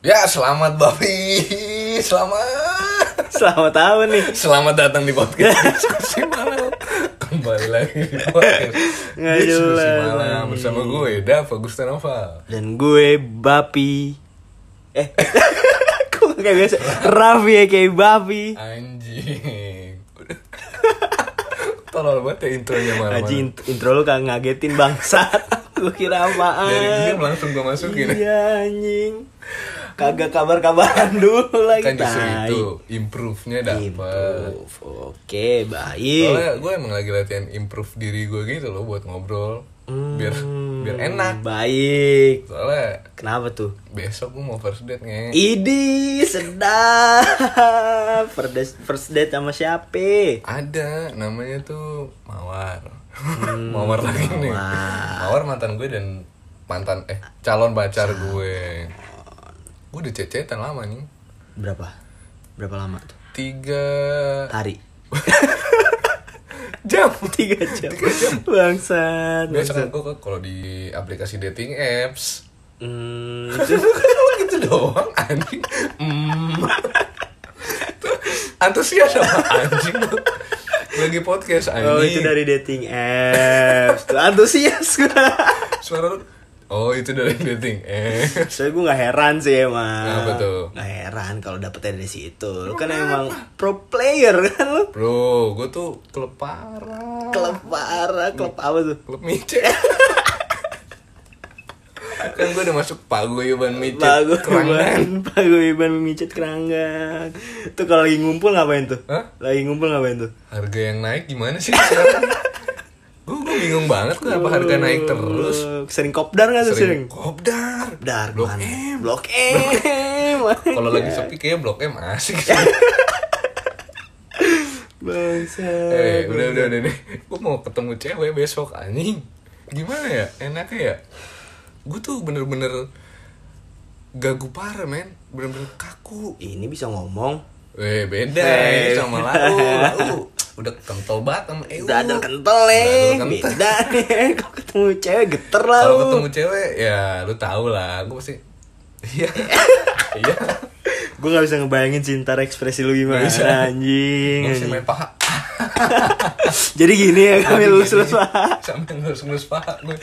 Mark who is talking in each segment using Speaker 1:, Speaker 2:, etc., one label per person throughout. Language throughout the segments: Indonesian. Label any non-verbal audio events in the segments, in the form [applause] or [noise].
Speaker 1: Ya, selamat Bapi. [laughs] Selamat.
Speaker 2: Selamat tahun nih.
Speaker 1: Selamat datang di
Speaker 2: [laughs]
Speaker 1: podcast diskusi malam. Kembali lagi di podcast
Speaker 2: Nggak
Speaker 1: diskusi
Speaker 2: jelas
Speaker 1: malam
Speaker 2: lagi.
Speaker 1: bersama gue Dava Gustanova.
Speaker 2: Dan gue Bapi. Eh. [laughs] Kok gak biasa? Raffi ya kayak Bapi.
Speaker 1: Anjing.
Speaker 2: [laughs]
Speaker 1: Tolol banget ya intronya malam.
Speaker 2: Aji int- intro lu kagak ngagetin bangsat. [laughs] gue kira apaan.
Speaker 1: Dari game langsung gue masukin. ya.
Speaker 2: Iya anjing. Kagak kabar-kabaran [laughs] dulu lagi.
Speaker 1: Kan justru
Speaker 2: tai.
Speaker 1: itu improve-nya dapet.
Speaker 2: Improve. Oke, baik.
Speaker 1: Soalnya gue emang lagi latihan improve diri gue gitu loh buat ngobrol biar
Speaker 2: Hmm.
Speaker 1: biar enak.
Speaker 2: Baik.
Speaker 1: Soalnya
Speaker 2: Kenapa tuh?
Speaker 1: besok gue mau first date nge.
Speaker 2: Idi sedap. [laughs] First, first date sama siapa?
Speaker 1: Ada namanya tuh Mawar. [laughs]
Speaker 2: Hmm,
Speaker 1: Mawar lagi nih. Mawar mantan gue dan mantan eh calon pacar gue. Gue udah cecetan lama nih.
Speaker 2: Berapa? Berapa lama tuh?
Speaker 1: Tiga
Speaker 2: Hari.
Speaker 1: jam.
Speaker 2: [laughs] Tiga jam. Bangsat.
Speaker 1: Biasa
Speaker 2: bangsat.
Speaker 1: kan gue kalau di aplikasi dating apps [laughs]
Speaker 2: Hmm,
Speaker 1: gitu doang anjing Hmm. Tuh, antusias sama anjing lu. lagi podcast anjing
Speaker 2: oh itu dari dating apps. Tuh antusias gue.
Speaker 1: [laughs] suara lu oh itu dari dating eh
Speaker 2: Soalnya gue gak heran sih emang.
Speaker 1: Kenapa tuh?
Speaker 2: Gak heran kalau dapetnya dari situ. Lu kan emang pro player kan lu.
Speaker 1: bro gue tuh klub parah
Speaker 2: Klub parah, klub apa tuh?
Speaker 1: klub micet
Speaker 2: [laughs]
Speaker 1: kan gue udah masuk paguyuban micet
Speaker 2: [laughs]
Speaker 1: kerangan
Speaker 2: Paguyuban, paguyuban micet keranggan. Tuh kalau lagi ngumpul ngapain tuh?
Speaker 1: Hah?
Speaker 2: Lagi ngumpul ngapain tuh?
Speaker 1: harga yang naik gimana sih sekarang gue bingung banget kenapa harga naik terus
Speaker 2: Eh, Sering kopdar gak tuh sering?
Speaker 1: kopdar
Speaker 2: Kopdar
Speaker 1: Blok
Speaker 2: mana?
Speaker 1: M.
Speaker 2: [laughs] Blok M.
Speaker 1: kalau lagi sepi kayaknya blok M asik sih.
Speaker 2: [laughs] Bangsa.
Speaker 1: eh udah udah udah nih gue mau ketemu cewek besok anjing gimana ya enaknya ya gue tuh bener-bener gagu parah men bener-bener kaku
Speaker 2: Ini bisa ngomong.
Speaker 1: eh beda
Speaker 2: Eh.
Speaker 1: ini sama lau lau udah kental banget sama eu
Speaker 2: Udah ada kental eh, nih.
Speaker 1: Dadar kental.
Speaker 2: Beda nih. [laughs] Kalau ketemu cewek geter lah
Speaker 1: kalau
Speaker 2: lu.
Speaker 1: ketemu cewek ya lu tau lah gue pasti
Speaker 2: [laughs]
Speaker 1: iya iya
Speaker 2: Gue gak bisa ngebayangin cinta ekspresi lu gimana
Speaker 1: Nggak bisa.
Speaker 2: anjing.
Speaker 1: gue main paha
Speaker 2: [laughs]
Speaker 1: Iya,
Speaker 2: Jadi gini ya kami lulus lulus
Speaker 1: sampai lulus lulus paha gue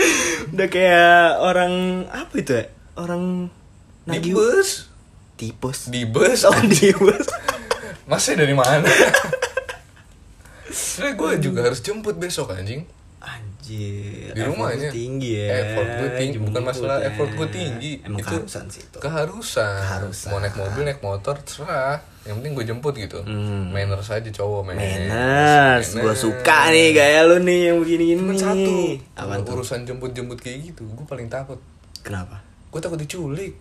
Speaker 2: Udah kayak orang apa itu ya? Orang
Speaker 1: di
Speaker 2: nagih
Speaker 1: bus
Speaker 2: tipes.
Speaker 1: di bus
Speaker 2: Oh, di bus.
Speaker 1: Masnya dari mana? [laughs] Sebenernya gue juga harus jemput besok anjing
Speaker 2: Anjir.
Speaker 1: Di rumahnya
Speaker 2: effort tinggi ya.
Speaker 1: Effort gue tinggi Bukan
Speaker 2: Jemput
Speaker 1: masalah
Speaker 2: ya.
Speaker 1: effort gue tinggi
Speaker 2: Emang
Speaker 1: Itu
Speaker 2: keharusan sih itu.
Speaker 1: Keharusan
Speaker 2: Keharusan.
Speaker 1: Mau naik mobil, naik motor, terserah Yang penting gue jemput gitu Manners aja cowok men
Speaker 2: Hmm. Manners, gue
Speaker 1: Manners.
Speaker 2: suka nih gaya lu nih yang begini-gini.
Speaker 1: Cuman satu
Speaker 2: Apaan tuh?
Speaker 1: Urusan jemput-jemput kayak gitu Gue paling takut
Speaker 2: Kenapa?
Speaker 1: Gue takut diculik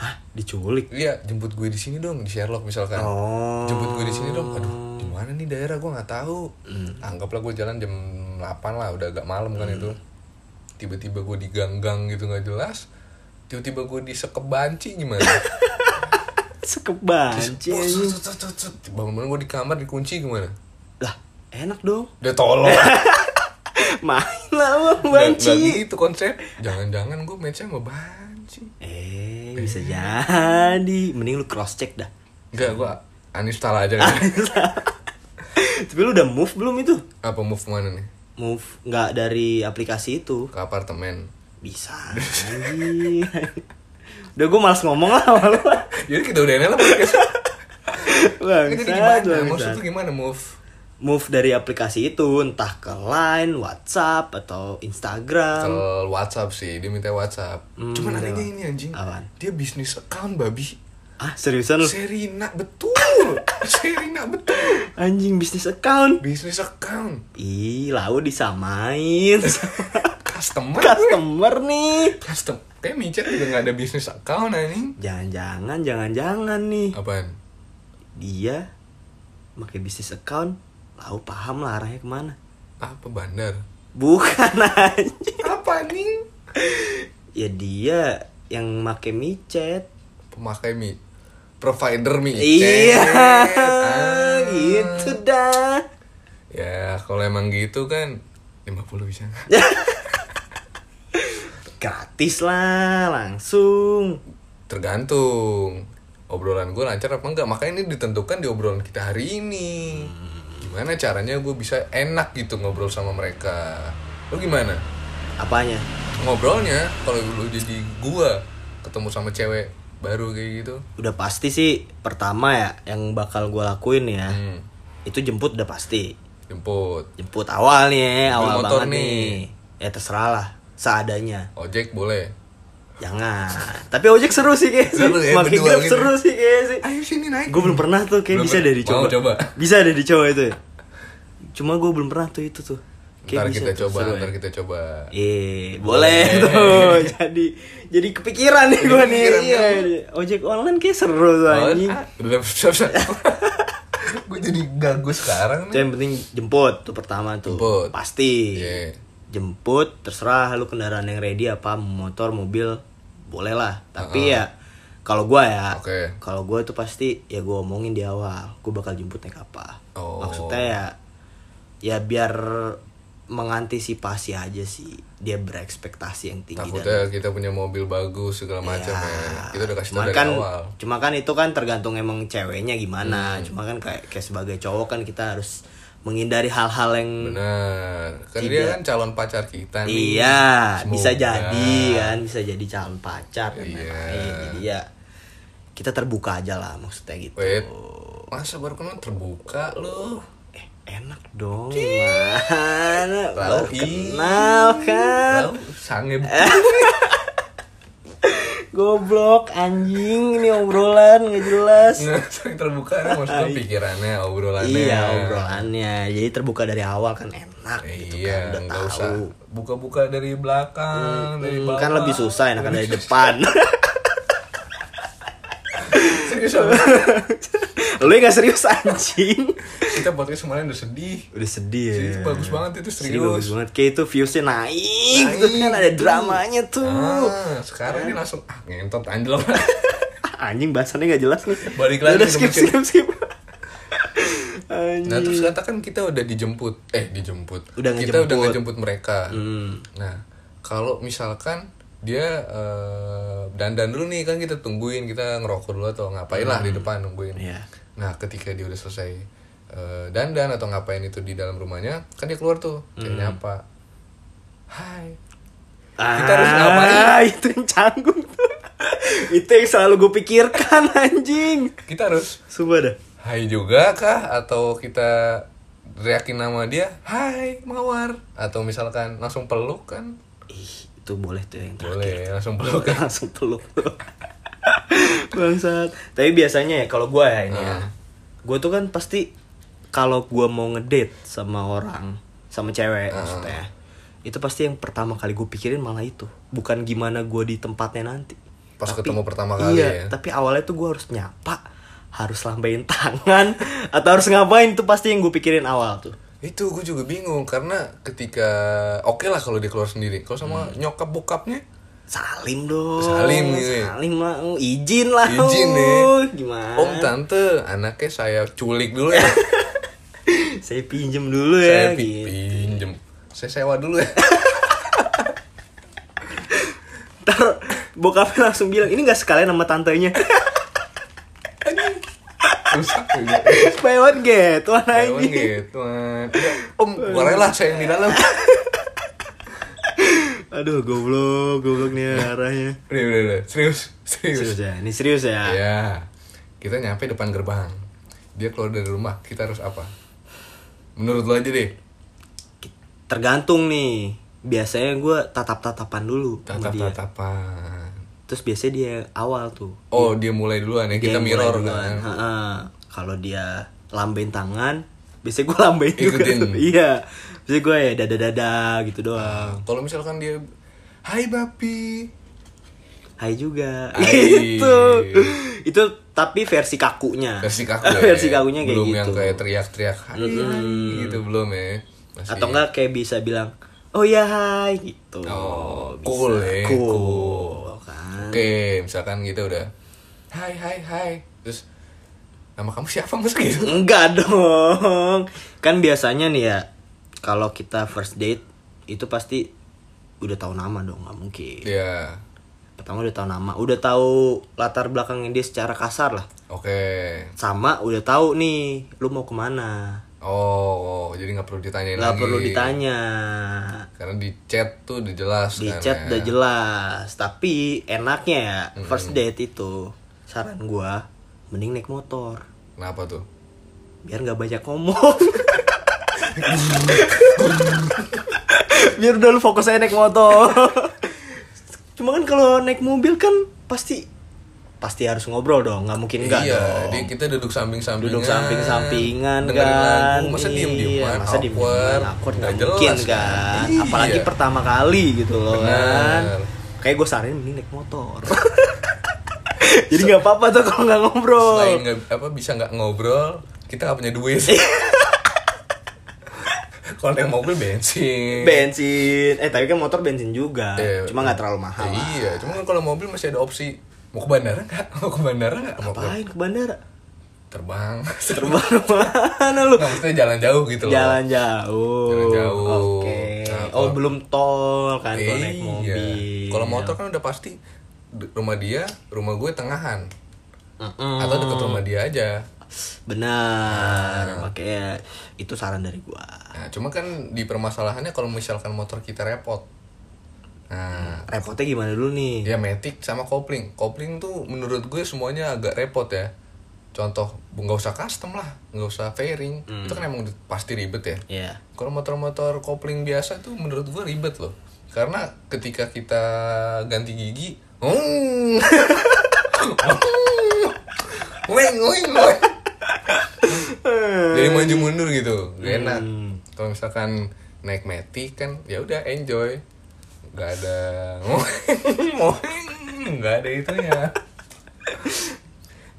Speaker 2: Hah, diculik.
Speaker 1: Iya, jemput gue di sini dong di Sherlock misalkan.
Speaker 2: Oh. Hmm.
Speaker 1: Jemput gue di sini dong. Aduh, di mana nih daerah gue nggak tahu. Anggaplah gue jalan jam 8 lah, udah agak malam kan itu. Tiba-tiba gue diganggang gitu nggak jelas. Tiba-tiba gue disekep banci
Speaker 2: [laughs]
Speaker 1: gimana? Cus,
Speaker 2: Sekebanci. anjing.
Speaker 1: cus, cus, cus, cus. Bangun-bangun gue di kamar dikunci gimana?
Speaker 2: Lah, enak dong.
Speaker 1: Udah
Speaker 2: [laughs]
Speaker 1: tolong.
Speaker 2: Main lah lu
Speaker 1: Nggak
Speaker 2: banci.
Speaker 1: gitu konsep. Jangan-jangan gue matchnya sama banci.
Speaker 2: Eh, bisa jadi. Mending lu cross check [laughs] dah.
Speaker 1: Enggak, gue Anis Tala aja kan.
Speaker 2: Ah. Tapi lu udah move belum itu?
Speaker 1: [laughs] Apa move mana nih?
Speaker 2: Move nggak dari aplikasi itu?
Speaker 1: Ke apartemen.
Speaker 2: Bisa [laughs] anjing. Udah gue malas ngomong lah sama lu.
Speaker 1: Jadi kita udah enak lah podcast. Itu
Speaker 2: Bangsat,
Speaker 1: gimana? Maksud
Speaker 2: bangsat.
Speaker 1: tuh gimana move?
Speaker 2: Move dari aplikasi itu entah ke Line, WhatsApp atau Instagram.
Speaker 1: Ke WhatsApp sih, dia minta WhatsApp. Cuman
Speaker 2: iya.
Speaker 1: anehnya ini anjing.
Speaker 2: Apaan?
Speaker 1: Dia bisnis account babi.
Speaker 2: Ah, seriusan lu?
Speaker 1: Serina betul.
Speaker 2: [laughs]
Speaker 1: Serina betul.
Speaker 2: Anjing bisnis account.
Speaker 1: Bisnis account.
Speaker 2: Ih, lau
Speaker 1: [laughs]
Speaker 2: disamain sama
Speaker 1: Customer.
Speaker 2: customer nih.
Speaker 1: Custom. Kayak micet juga nggak ada bisnis account anjing.
Speaker 2: Jangan-jangan, jangan-jangan nih.
Speaker 1: Apaan?
Speaker 2: Dia pakai bisnis account, lau paham lah arahnya kemana.
Speaker 1: Apa bandar?
Speaker 2: Bukan [laughs] anjing.
Speaker 1: Apa nih?
Speaker 2: Ya dia yang make micet.
Speaker 1: Pemakai mi provider micet.
Speaker 2: [laughs] Iya,
Speaker 1: Ah.
Speaker 2: gitu dah.
Speaker 1: Ya kalau emang gitu kan 50 bisa nggak?
Speaker 2: Gratis lah, langsung.
Speaker 1: tergantung obrolan gue lancar apa enggak makanya ini ditentukan di obrolan kita hari ini
Speaker 2: Hmm.
Speaker 1: gimana caranya gue bisa enak gitu ngobrol sama mereka lo gimana
Speaker 2: Apanya?
Speaker 1: ngobrolnya kalau lu jadi gue ketemu sama cewek baru kayak gitu
Speaker 2: Udah pasti sih pertama ya yang bakal gue lakuin ya.
Speaker 1: hmm,
Speaker 2: Itu jemput udah pasti.
Speaker 1: jemput
Speaker 2: Jemput awal nih, awal
Speaker 1: motor
Speaker 2: banget
Speaker 1: nih.
Speaker 2: nih. Ya terserah lah, seadanya.
Speaker 1: ojek boleh
Speaker 2: Jangan. [laughs] Tapi ojek seru sih kayak sih.
Speaker 1: Seru ya,
Speaker 2: Makin
Speaker 1: berdua
Speaker 2: grab
Speaker 1: gitu.
Speaker 2: seru sih kayak sih.
Speaker 1: ayo sini naik
Speaker 2: Gue belum pernah tuh kayak
Speaker 1: Belum
Speaker 2: bisa
Speaker 1: pernah.
Speaker 2: dari
Speaker 1: Mau
Speaker 2: coba.
Speaker 1: coba?
Speaker 2: Bisa dari coba itu. ya. Cuma gue belum pernah tuh itu tuh.
Speaker 1: ntar
Speaker 2: bisa
Speaker 1: kita
Speaker 2: tuh,
Speaker 1: coba
Speaker 2: seru ya.
Speaker 1: ntar kita coba
Speaker 2: Eh, boleh tuh. Jadi jadi kepikiran nih
Speaker 1: Jadi
Speaker 2: gue nih.
Speaker 1: kepikiran,
Speaker 2: Iya, ojek online kayak seru tuh Iya, anjing.
Speaker 1: gue jadi gagu sekarang
Speaker 2: Itu
Speaker 1: nih
Speaker 2: yang penting jemput tuh pertama tuh.
Speaker 1: Jemput.
Speaker 2: Pasti.
Speaker 1: Iya.
Speaker 2: Jemput terserah lu kendaraan yang ready apa motor, mobil, boleh lah. Tapi ya kalau gua ya,
Speaker 1: Oke.
Speaker 2: kalau gua tuh pasti ya gua omongin di awal, gua bakal jemput naik apa.
Speaker 1: Oh.
Speaker 2: Maksudnya ya ya biar mengantisipasi aja sih dia berekspektasi yang tinggi dan
Speaker 1: takutnya kita punya mobil bagus segala macam ya. kita udah kasih tau
Speaker 2: Iya. Cuman
Speaker 1: dari
Speaker 2: kan,
Speaker 1: awal Hmm.
Speaker 2: Cuma kan itu kan tergantung emang ceweknya gimana. Cuma kan kayak, kayak sebagai cowok kan kita harus menghindari hal-hal yang
Speaker 1: benar kan dia kan calon pacar kita nih
Speaker 2: iya bisa
Speaker 1: Semoga.
Speaker 2: jadi kan bisa jadi calon pacar dan
Speaker 1: Iya.
Speaker 2: lain-lain. Jadi ya kita terbuka aja lah maksudnya gitu.
Speaker 1: wait masa baru kenal terbuka lu
Speaker 2: Eh, enak dong mana baru
Speaker 1: Ih.
Speaker 2: kenal kan
Speaker 1: Lu sange
Speaker 2: Eh. goblok anjing ini obrolan nggak jelas
Speaker 1: [laughs] sange terbuka nih maksudnya pikirannya obrolannya
Speaker 2: Iya obrolannya, jadi terbuka dari awal kan enak gitu
Speaker 1: iya
Speaker 2: kan udah
Speaker 1: nggak usah
Speaker 2: tahu.
Speaker 1: buka-buka dari belakang dari
Speaker 2: Hmm,
Speaker 1: bawah
Speaker 2: kan lebih susah enakan dari depan.
Speaker 1: [laughs]
Speaker 2: [laughs]
Speaker 1: Serius, Om.
Speaker 2: Lu yang gak serius anjing.
Speaker 1: kita podcast kemarin udah sedih
Speaker 2: Udah sedih ya.
Speaker 1: Serius, bagus banget itu,
Speaker 2: Sedih
Speaker 1: serius.
Speaker 2: bagus banget. Kayak itu viewsnya naik, gitu
Speaker 1: Naik,
Speaker 2: kan ada dramanya tuh.
Speaker 1: ah, sekarang ini langsung ah, ngentot anjlok [laughs]
Speaker 2: Ah, Anjing bahasannya gak jelas nih. Ya
Speaker 1: Balik lagi
Speaker 2: Udah
Speaker 1: ke
Speaker 2: skip
Speaker 1: mesin.
Speaker 2: skip skip. [laughs] Anjing.
Speaker 1: Nah terus katakan kita udah dijemput, eh dijemput,
Speaker 2: Hmm. Udah
Speaker 1: kita
Speaker 2: ngejemput. Hmm.
Speaker 1: udah ngejemput mereka. Nah kalau misalkan dia eh, dandan dulu nih kan kita tungguin kita ngerokok dulu atau ngapain lah di depan nungguin.
Speaker 2: Iya.
Speaker 1: Nah ketika dia udah selesai eh, dandan atau ngapain itu di dalam rumahnya kan dia keluar tuh kayak
Speaker 2: Hmm.
Speaker 1: nyapa, Hai. Kita harus ngapain?
Speaker 2: Ah, itu yang canggung tuh. itu yang selalu gue pikirkan [laughs] anjing.
Speaker 1: Kita harus
Speaker 2: Sumpah dah.
Speaker 1: Hai juga kah atau kita teriakin nama dia Hai Mawar atau misalkan langsung peluk kan
Speaker 2: Ih, itu boleh tuh yang terakhir.
Speaker 1: boleh langsung peluk kan
Speaker 2: [laughs] langsung peluk bangsat tapi biasanya ya kalau gue ya ini ya
Speaker 1: Ah.
Speaker 2: gue tuh kan pasti kalau gue mau ngedate sama orang sama cewek
Speaker 1: Ah.
Speaker 2: maksudnya ya, itu pasti yang pertama kali gue pikirin malah itu bukan gimana gue di tempatnya nanti
Speaker 1: Pas ketemu pertama kali ya.
Speaker 2: iya, tapi awalnya tuh gue harus nyapa harus lambain tangan [laughs] atau harus ngapain tuh pasti yang gue pikirin awal tuh
Speaker 1: itu gue juga bingung karena ketika oke lah kalau dia keluar sendiri kalau sama
Speaker 2: Hmm.
Speaker 1: nyokap bokapnya
Speaker 2: salim dong
Speaker 1: Salim gitu ya.
Speaker 2: salim lah oh, izin lah
Speaker 1: izin
Speaker 2: lu.
Speaker 1: nih
Speaker 2: gimana
Speaker 1: om tante anaknya saya culik dulu
Speaker 2: [laughs]
Speaker 1: ya
Speaker 2: saya pinjem dulu
Speaker 1: saya
Speaker 2: ya
Speaker 1: pi-
Speaker 2: gitu.
Speaker 1: pinjem saya sewa dulu ya
Speaker 2: [laughs] ntar bokapnya langsung bilang ini nggak sekalian sama tantenya [laughs]
Speaker 1: rusak juga
Speaker 2: buy one get one
Speaker 1: Emang
Speaker 2: anjing
Speaker 1: gitu man. Udah, om gue rela saya yang di
Speaker 2: [laughs]
Speaker 1: dalam
Speaker 2: aduh goblok goblok nih arahnya
Speaker 1: udah udah udah serius serius
Speaker 2: serius ya ini serius ya
Speaker 1: ya kita nyampe depan gerbang dia keluar dari rumah kita harus apa menurut lo aja deh
Speaker 2: tergantung nih biasanya gue tatap tatapan dulu sama
Speaker 1: tatap
Speaker 2: dia
Speaker 1: tatapan
Speaker 2: terus biasanya dia yang awal tuh
Speaker 1: Oh dia mulai duluan ya kita
Speaker 2: Dia yang mulai
Speaker 1: mirror
Speaker 2: duluan.
Speaker 1: kan.
Speaker 2: Ha-ha. kalau dia lambain tangan biasanya [laughs] gue lambain juga
Speaker 1: Ikutin.
Speaker 2: tuh. iya biasanya gue ya dada dada gitu doang
Speaker 1: Kalau misalkan dia Hai Bapi
Speaker 2: Hai juga.
Speaker 1: Hai.
Speaker 2: [laughs] Gitu. Itu tapi versi kakunya. [laughs]
Speaker 1: versi kaku ya.
Speaker 2: versi kakunya kayak
Speaker 1: belum
Speaker 2: gitu.
Speaker 1: yang kayak teriak-teriak Hai hai," gitu belum ya masih
Speaker 2: Atau enggak kayak bisa bilang, "Oh ya, hai." gitu.
Speaker 1: Oh,
Speaker 2: Bisa.
Speaker 1: cool ya,
Speaker 2: Cool,
Speaker 1: cool.
Speaker 2: kan.
Speaker 1: oke misalkan kita udah Hai Hai Hai terus nama kamu siapa mas [laughs] gitu
Speaker 2: [laughs] Enggak dong. Kan biasanya nih ya kalau kita first date itu pasti udah tahu nama dong nggak mungkin
Speaker 1: Iya.
Speaker 2: pertama udah tahu nama udah tahu latar belakangnya dia secara kasar lah
Speaker 1: Oke.
Speaker 2: sama udah tahu nih lu mau kemana
Speaker 1: Oh, jadi nggak perlu ditanyain
Speaker 2: nggak
Speaker 1: lagi.
Speaker 2: perlu ditanya
Speaker 1: Karena di chat tuh udah jelas.
Speaker 2: di
Speaker 1: kan,
Speaker 2: chat
Speaker 1: ya.
Speaker 2: udah jelas tapi enaknya ya first date itu saran gua mending naik motor
Speaker 1: Kenapa tuh?
Speaker 2: biar nggak banyak ngomong [laughs] biar udah lu fokus aja naik motor cuma kan kalau naik mobil kan pasti pasti harus ngobrol dong nggak mungkin enggak
Speaker 1: iya,
Speaker 2: dong
Speaker 1: dia kita duduk samping-sampingan.
Speaker 2: duduk samping-sampingan
Speaker 1: Iya. dengerin
Speaker 2: kan
Speaker 1: lagu, masa
Speaker 2: Iya,
Speaker 1: diem-dieman,
Speaker 2: masa diem-dieman awkward nggak mungkin kan
Speaker 1: Iya.
Speaker 2: apalagi pertama kali gitu loh kan
Speaker 1: Benar.
Speaker 2: kayak gue saranin mending naik
Speaker 1: [laughs]
Speaker 2: motor jadi nggak apa-apa tuh kalau nggak ngobrol
Speaker 1: Selain nggak apa bisa nggak ngobrol, kita nggak punya duit.
Speaker 2: Iya.
Speaker 1: [laughs] Kalau yang mobil bensin.
Speaker 2: bensin eh tapi kan motor bensin juga
Speaker 1: Eh,
Speaker 2: cuma nggak terlalu mahal lah.
Speaker 1: Iya, cuma kan kalau mobil masih ada opsi mau ke bandara nggak? Mau ke bandara nggak? Mau ke
Speaker 2: ngapain ke bandara
Speaker 1: terbang? [laughs]
Speaker 2: terbang [laughs] mana lu
Speaker 1: Nggak, maksudnya jalan jauh gitu loh.
Speaker 2: jalan jauh
Speaker 1: Jalan jauh.
Speaker 2: oke
Speaker 1: Nah,
Speaker 2: oh
Speaker 1: kalau-
Speaker 2: belum tol kan kalau
Speaker 1: Iya.
Speaker 2: naik mobil
Speaker 1: Kalau motor kan udah pasti d- rumah dia, rumah gue tengahan.
Speaker 2: Mm-mm.
Speaker 1: Atau deket rumah dia aja. Ah.
Speaker 2: benar makanya itu saran dari gua
Speaker 1: Nah, cuma kan di permasalahannya kalau misalkan motor kita repot. Nah,
Speaker 2: repotnya gimana dulu nih
Speaker 1: ya metik sama kopling. Kopling tuh menurut gue semuanya agak repot ya. Contoh, nggak usah custom lah, nggak usah fairing. Itu kan emang udah pasti ribet ya.
Speaker 2: ya [laughs]
Speaker 1: Kalau motor-motor kopling biasa tuh menurut gue ribet loh. Karena ketika kita ganti gigi, hmm, [laughs] hmm, weng weng weng. Jadi maju mundur gitu, gak enak. Kalau misalkan naik meti kan, ya udah enjoy. Gak ada, [laughs] nggak ada itunya.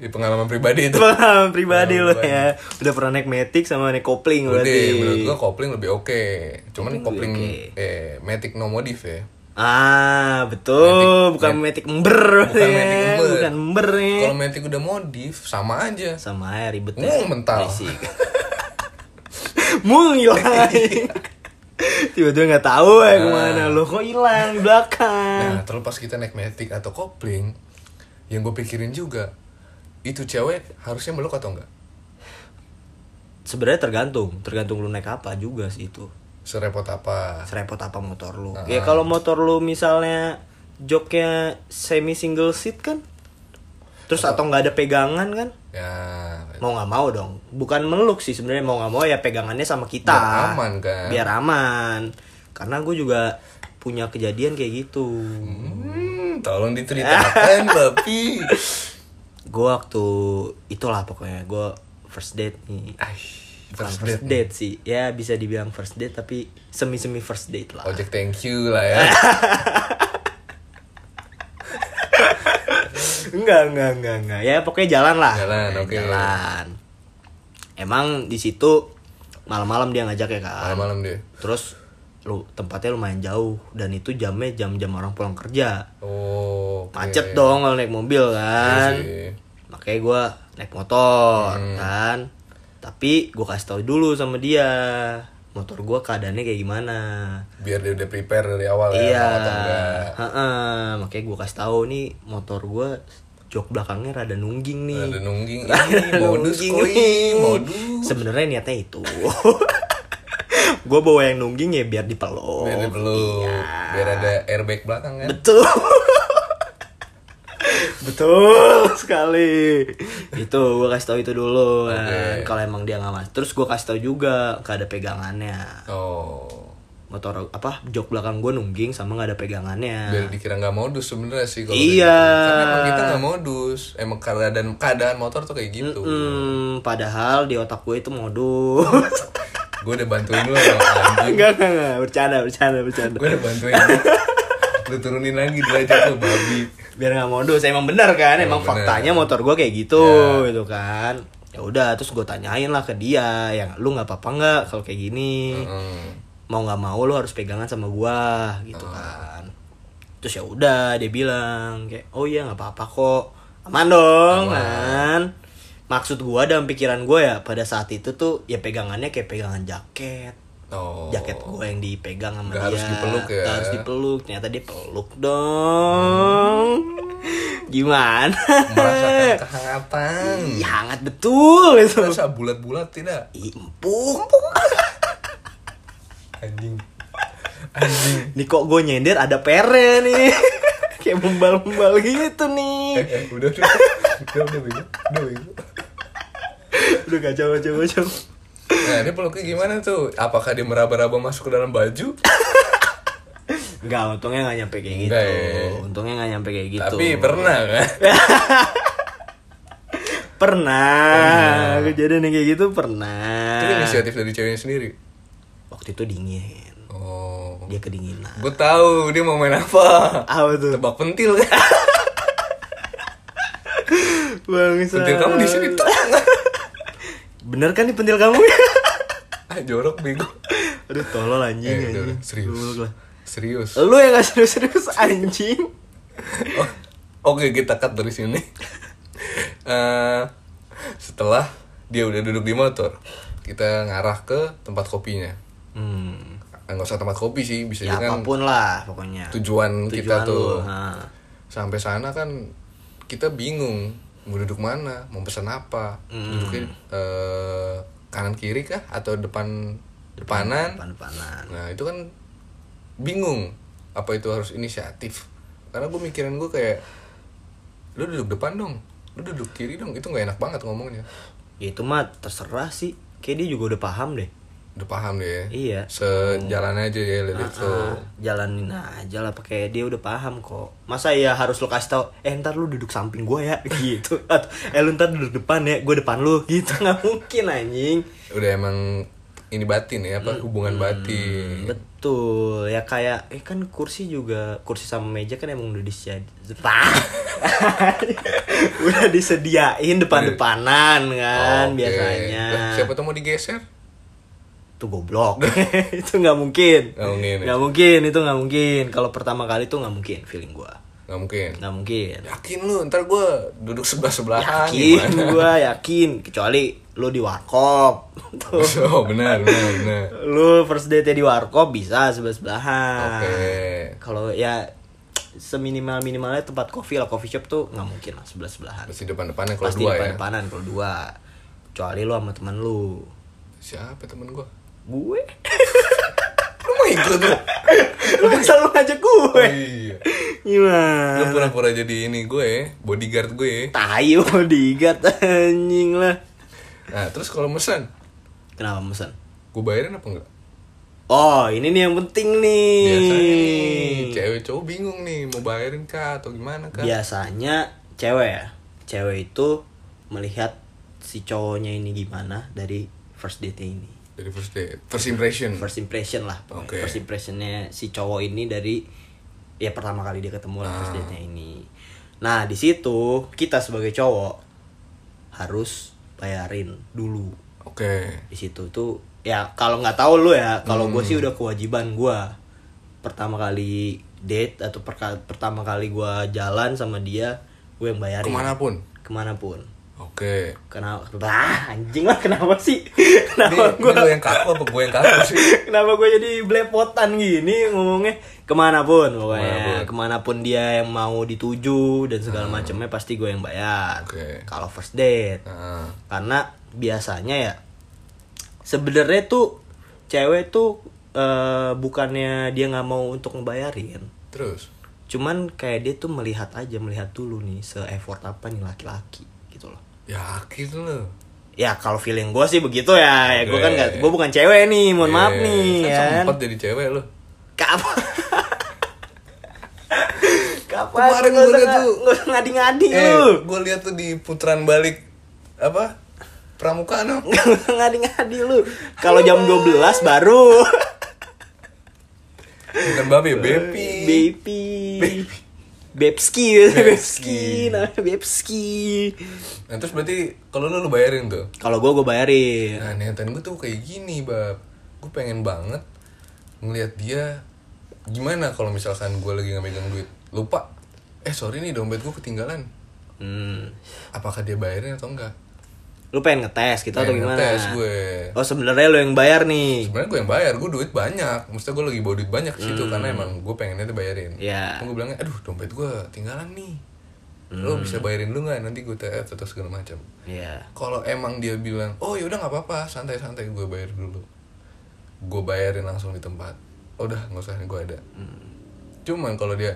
Speaker 1: Di pengalaman pribadi itu.
Speaker 2: pengalaman pribadi lo
Speaker 1: Pengalaman
Speaker 2: ya udah pernah naik metik sama naik kopling
Speaker 1: Udah,
Speaker 2: berarti
Speaker 1: menurut
Speaker 2: [laughs]
Speaker 1: gua kopling lebih oke. Cuman
Speaker 2: Kopling
Speaker 1: kopling,
Speaker 2: lebih
Speaker 1: eh Matic no modif
Speaker 2: [laughs]
Speaker 1: ya.
Speaker 2: ah betul bukan metik ember [laughs]
Speaker 1: Bukan
Speaker 2: ya.
Speaker 1: Matic ember.
Speaker 2: bukan ember ya.
Speaker 1: Kalau Matic udah modif sama aja.
Speaker 2: sama aja ribet ya.
Speaker 1: Mung mental.
Speaker 2: Berisik. [laughs] Mung hilang [laughs] tiba-tiba nggak tahu ya kemana lo kok hilang di belakang
Speaker 1: Nah, terlepas kita naik Matic atau kopling, yang gue pikirin juga itu cewek harusnya meluk atau enggak?
Speaker 2: sebenarnya tergantung tergantung lu naik apa juga sih itu
Speaker 1: Serepot apa?
Speaker 2: serepot apa motor lu ya kalau motor lu misalnya joknya semi single seat kan terus atau nggak ada pegangan kan
Speaker 1: Ya,
Speaker 2: mau nggak mau dong bukan meluk sih sebenarnya mau nggak mau ya pegangannya sama kita
Speaker 1: Biar aman, kan?
Speaker 2: biar ya. aman karena gue juga punya kejadian kayak gitu
Speaker 1: hmm, tolong
Speaker 2: [laughs]
Speaker 1: diceritakan, tapi
Speaker 2: gue waktu itulah pokoknya gue first date nih Bukan
Speaker 1: first
Speaker 2: Ah,
Speaker 1: date.
Speaker 2: first date sih ya bisa dibilang first date tapi semi semi first date lah
Speaker 1: Ojek thank you lah
Speaker 2: [laughs]
Speaker 1: ya.
Speaker 2: enggak enggak enggak enggak ya pokoknya jalan lah
Speaker 1: Jalan,
Speaker 2: Ya,
Speaker 1: oke.
Speaker 2: jalan emang di situ malam-malam dia ngajak ya kan
Speaker 1: Malam-malam dia.
Speaker 2: terus lu tempatnya lumayan jauh dan itu jamnya jam-jam orang pulang kerja
Speaker 1: Oh, oke.
Speaker 2: macet dong kalau naik mobil kan
Speaker 1: Iya sih. Hmm.
Speaker 2: makanya gua naik motor kan tapi gua kasih tahu dulu sama dia motor gua keadaannya kayak gimana
Speaker 1: Biar dia udah prepare dari awal ya.
Speaker 2: iya
Speaker 1: mau atau enggak.
Speaker 2: Heeh, makanya gua kasih tahu nih motor gua jok belakangnya rada nungging nih
Speaker 1: Ada nungging
Speaker 2: Rada
Speaker 1: ini
Speaker 2: [laughs]
Speaker 1: modus
Speaker 2: nungging iya.
Speaker 1: koi
Speaker 2: nih.
Speaker 1: modus.
Speaker 2: sebenarnya niatnya itu [laughs] gua bawa yang nungging ya biar dipeluk
Speaker 1: Biar belum biar
Speaker 2: iya.
Speaker 1: ada airbag belakang kan.
Speaker 2: Betul. [laughs] Betul sekali. itu gue kasih tahu itu dulu
Speaker 1: Oke.
Speaker 2: kan. Kalau emang dia nggak mas. Terus gue kasih tahu juga nggak ada pegangannya.
Speaker 1: Oh.
Speaker 2: Motor apa jok belakang gue nungging sama nggak ada pegangannya.
Speaker 1: Biar dikira nggak modus sebenarnya sih kalau
Speaker 2: Nah. Iya.
Speaker 1: kayak gitu. Karena emang kita nggak modus. Emang keadaan keadaan motor tuh kayak gitu.
Speaker 2: Hmm, padahal di otak gue itu modus. [laughs]
Speaker 1: Gue udah bantuin lu sama anjing.
Speaker 2: enggak, enggak, enggak, bercanda, bercanda, bercanda.
Speaker 1: Gue udah bantuin lu. Lu turunin lagi derajat lu babi.
Speaker 2: biar nggak modus emang benar kan emang
Speaker 1: Emang benar.
Speaker 2: faktanya motor gue kayak gitu gitu kan ya udah terus gue tanyain lah ke dia yang lu nggak apa-apa nggak kalau kayak gini
Speaker 1: Hmm.
Speaker 2: mau nggak mau lu harus pegangan sama gua gitu kan terus ya udah dia bilang kayak oh iya nggak apa-apa kok aman dong kan maksud gua dalam pikiran gua ya pada saat itu tuh ya pegangannya kayak pegangan jaket
Speaker 1: Oh.
Speaker 2: jaket gue yang dipegang sama
Speaker 1: Nggak
Speaker 2: dia
Speaker 1: harus dipeluk ya?
Speaker 2: Nggak harus dipeluk ternyata dia peluk dong gimana
Speaker 1: Hmm. Merasakan kan? kehangatan.
Speaker 2: Ih, hangat betul itu
Speaker 1: Rasa bulat-bulat tidak? [laughs]
Speaker 2: Ih, empuk
Speaker 1: Anjing. Anjing.
Speaker 2: nih kok gue nyender ada pere nih [laughs] kayak membal-membal gitu nih
Speaker 1: Eh, eh, udah, udah. Udah, udah, Bego. Udah, Bego.
Speaker 2: udah kacau kacau kacau
Speaker 1: Nah, dia peluknya gimana tuh? Apakah dia meraba-raba masuk ke dalam baju?
Speaker 2: Enggak, untungnya nggak nyampe kayak gitu
Speaker 1: Nggak, ya.
Speaker 2: untungnya nggak nyampe kayak gitu
Speaker 1: Tapi pernah kan?
Speaker 2: pernah kejadian yang kayak gitu pernah
Speaker 1: Itu inisiatif dari ceweknya sendiri.
Speaker 2: waktu itu dingin
Speaker 1: Oh.
Speaker 2: dia kedinginan
Speaker 1: Gue tahu dia mau main apa.
Speaker 2: apa tuh
Speaker 1: Tebak pentil kan?
Speaker 2: Bangsa.
Speaker 1: Pentil kamu di sini tak?
Speaker 2: Bener kan di pentil
Speaker 1: [laughs]
Speaker 2: kamu?
Speaker 1: Ah, jorok bego.
Speaker 2: Aduh tolol anjing.
Speaker 1: Eh, udah,
Speaker 2: anjing.
Speaker 1: udah, serius.
Speaker 2: Goblok iya. lah. Oh.
Speaker 1: Serius.
Speaker 2: Lu yang gak serius-serius anjing.
Speaker 1: Oh, Oke, kita cut dari sini. Eh, setelah dia udah duduk di motor, kita ngarah ke tempat kopinya.
Speaker 2: Hmm.
Speaker 1: Enggak Eh, usah tempat kopi sih, bisa
Speaker 2: Ya
Speaker 1: juga kan
Speaker 2: apapun lah pokoknya.
Speaker 1: tujuan, kita
Speaker 2: Tujuan
Speaker 1: tuh.
Speaker 2: lu, ha.
Speaker 1: Sampai sana kan kita bingung mau duduk mana, mau pesan apa.
Speaker 2: Hmm.
Speaker 1: Duduknya eh, kanan kiri kah atau depan depanan?
Speaker 2: Depan-depanan.
Speaker 1: Nah itu kan bingung apa itu harus inisiatif karena gue mikirin gue kayak lu duduk depan dong lu duduk kiri dong itu nggak enak banget ngomongnya
Speaker 2: Ya, itu mah terserah sih. Kayak dia juga udah paham deh.
Speaker 1: udah paham deh ya?
Speaker 2: Iya.
Speaker 1: sejalan aja ya let it flow.
Speaker 2: Ah, jalanin aja lah pakai dia udah paham kok masa ya harus lu kasih tau eh ntar lu duduk samping gua ya [laughs] gitu atau eh lu ntar duduk depan ya gue depan lu gitu [laughs] nggak mungkin anjing
Speaker 1: udah emang ini batin ya
Speaker 2: Hmm.
Speaker 1: apa hubungan batin
Speaker 2: Betul, ya kayak eh kan kursi juga kursi sama meja kan emang udah disediain. [laughs] udah disediain depan-depanan kan
Speaker 1: Oke.
Speaker 2: biasanya.
Speaker 1: Lah, siapa tuh mau digeser
Speaker 2: Itu goblok. [laughs] itu nggak mungkin.
Speaker 1: Nggak mungkin, ya.
Speaker 2: Nggak mungkin, itu nggak mungkin. Kalau pertama kali itu nggak mungkin feeling gua.
Speaker 1: nggak mungkin
Speaker 2: Nggak mungkin.
Speaker 1: yakin lu ntar gue duduk sebelah sebelahan
Speaker 2: Yakin gua, yakin kecuali lu di warkop. [laughs] Tuh.
Speaker 1: [laughs] [laughs] oh benar benar benar
Speaker 2: Lu first date di warkop bisa sebelah-sebelahan.
Speaker 1: oke
Speaker 2: kalau ya seminimal minimalnya tempat kopi lah coffee shop tuh nggak mungkin lah sebelah sebelahan
Speaker 1: pasti depan depannya kalau
Speaker 2: pasti
Speaker 1: dua
Speaker 2: depan
Speaker 1: ya
Speaker 2: depanan kalau dua kecuali lu sama teman lu
Speaker 1: siapa temen gue
Speaker 2: gue
Speaker 1: lu mau ikut lu
Speaker 2: [laughs] lu masa lu ngajak gue
Speaker 1: Oh, iya lu
Speaker 2: gimana
Speaker 1: pura-pura jadi ini gue bodyguard gue
Speaker 2: tai bodyguard [laughs] anjing lah
Speaker 1: nah terus kalau mesen
Speaker 2: kenapa mesen
Speaker 1: gue bayarin apa enggak
Speaker 2: oh ini nih yang penting nih
Speaker 1: biasanya nih cewek cowok bingung nih mau bayarin kah atau gimana kah
Speaker 2: Iya. biasanya cewek ya cewek itu melihat si cowoknya ini gimana dari first date ini
Speaker 1: dari first date first impression
Speaker 2: first impression lah pokoknya.
Speaker 1: Oke.
Speaker 2: first impressionnya si cowok ini dari ya pertama kali dia ketemu lah first date-nya ini nah di situ kita sebagai cowok harus bayarin dulu
Speaker 1: oke
Speaker 2: di situ tuh ya kalau nggak tahu lu ya kalau gue sih udah kewajiban gue pertama kali date atau perka- pertama kali gue jalan sama dia gue yang bayarin
Speaker 1: kemanapun
Speaker 2: kemanapun
Speaker 1: oke
Speaker 2: kenapa bah anjing lah kenapa sih [laughs]
Speaker 1: ini, ini
Speaker 2: kenapa gue
Speaker 1: lu yang kaku apa gue yang kaku sih
Speaker 2: [laughs] Kenapa gue jadi belepotan gini ngomongnya kemanapun
Speaker 1: Kemanapun.
Speaker 2: pokoknya kemanapun dia yang mau dituju dan segala macamnya pasti gue yang bayar.
Speaker 1: Hmm. Oke.
Speaker 2: Kalau first date
Speaker 1: nah,
Speaker 2: karena biasanya ya sebenarnya tuh cewek tuh eh, bukannya dia nggak mau untuk ngebayarin,
Speaker 1: terus
Speaker 2: cuman kayak dia tuh melihat aja melihat dulu nih se effort apa nih laki-laki gitu loh.
Speaker 1: yakin lu
Speaker 2: Ya kalau feeling gue sih begitu ya, ya gue kan
Speaker 1: Oke.
Speaker 2: gue bukan cewek nih, mohon maaf
Speaker 1: Eh,
Speaker 2: nih
Speaker 1: kan
Speaker 2: ya.
Speaker 1: sempet jadi cewek lu
Speaker 2: Kapan? Kapan?
Speaker 1: Kemarin gua
Speaker 2: Nggak usah
Speaker 1: liat
Speaker 2: nga-
Speaker 1: tuh.
Speaker 2: nggak usah ngadi-ngadi Iya lu.
Speaker 1: eh gue lihat tuh di putaran balik apa pramuka no
Speaker 2: Nggak usah ngadi-ngadi lu. Kalau jam 12 baru.
Speaker 1: bukan
Speaker 2: Eh,
Speaker 1: babe bepi
Speaker 2: Baby. Bebski, Bebski, namanya Bebski.
Speaker 1: Nah terus berarti kalau lu, lu bayarin tuh
Speaker 2: Kalau gue gue bayarin.
Speaker 1: Nah niatan gue tuh kayak gini bab Gue pengen banget ngelihat dia Gimana kalau misalkan gue lagi nggak megang duit Lupa Eh sorry nih dompet gue ketinggalan
Speaker 2: Hmm.
Speaker 1: Apakah dia bayarin atau enggak
Speaker 2: lu pengen ngetes gitu atau
Speaker 1: Pengen
Speaker 2: gimana
Speaker 1: ngetes gue.
Speaker 2: oh sebenarnya lu yang bayar nih
Speaker 1: sebenarnya gue yang bayar gue duit banyak maksudnya gue lagi bawa duit banyak ke situ karena emang gue pengennya tuh bayarin
Speaker 2: Hmm. Iya.
Speaker 1: Cuma gue bilangnya aduh dompet gue tinggalan nih lo
Speaker 2: Hmm.
Speaker 1: bisa bayarin lu nggak nanti gue tf atau segala macam
Speaker 2: Iya.
Speaker 1: kalau emang dia bilang oh yaudah nggak apa-apa santai-santai gue bayar dulu gue bayarin langsung di tempat udah nggak usah gue ada
Speaker 2: Hmm.
Speaker 1: cuman kalau dia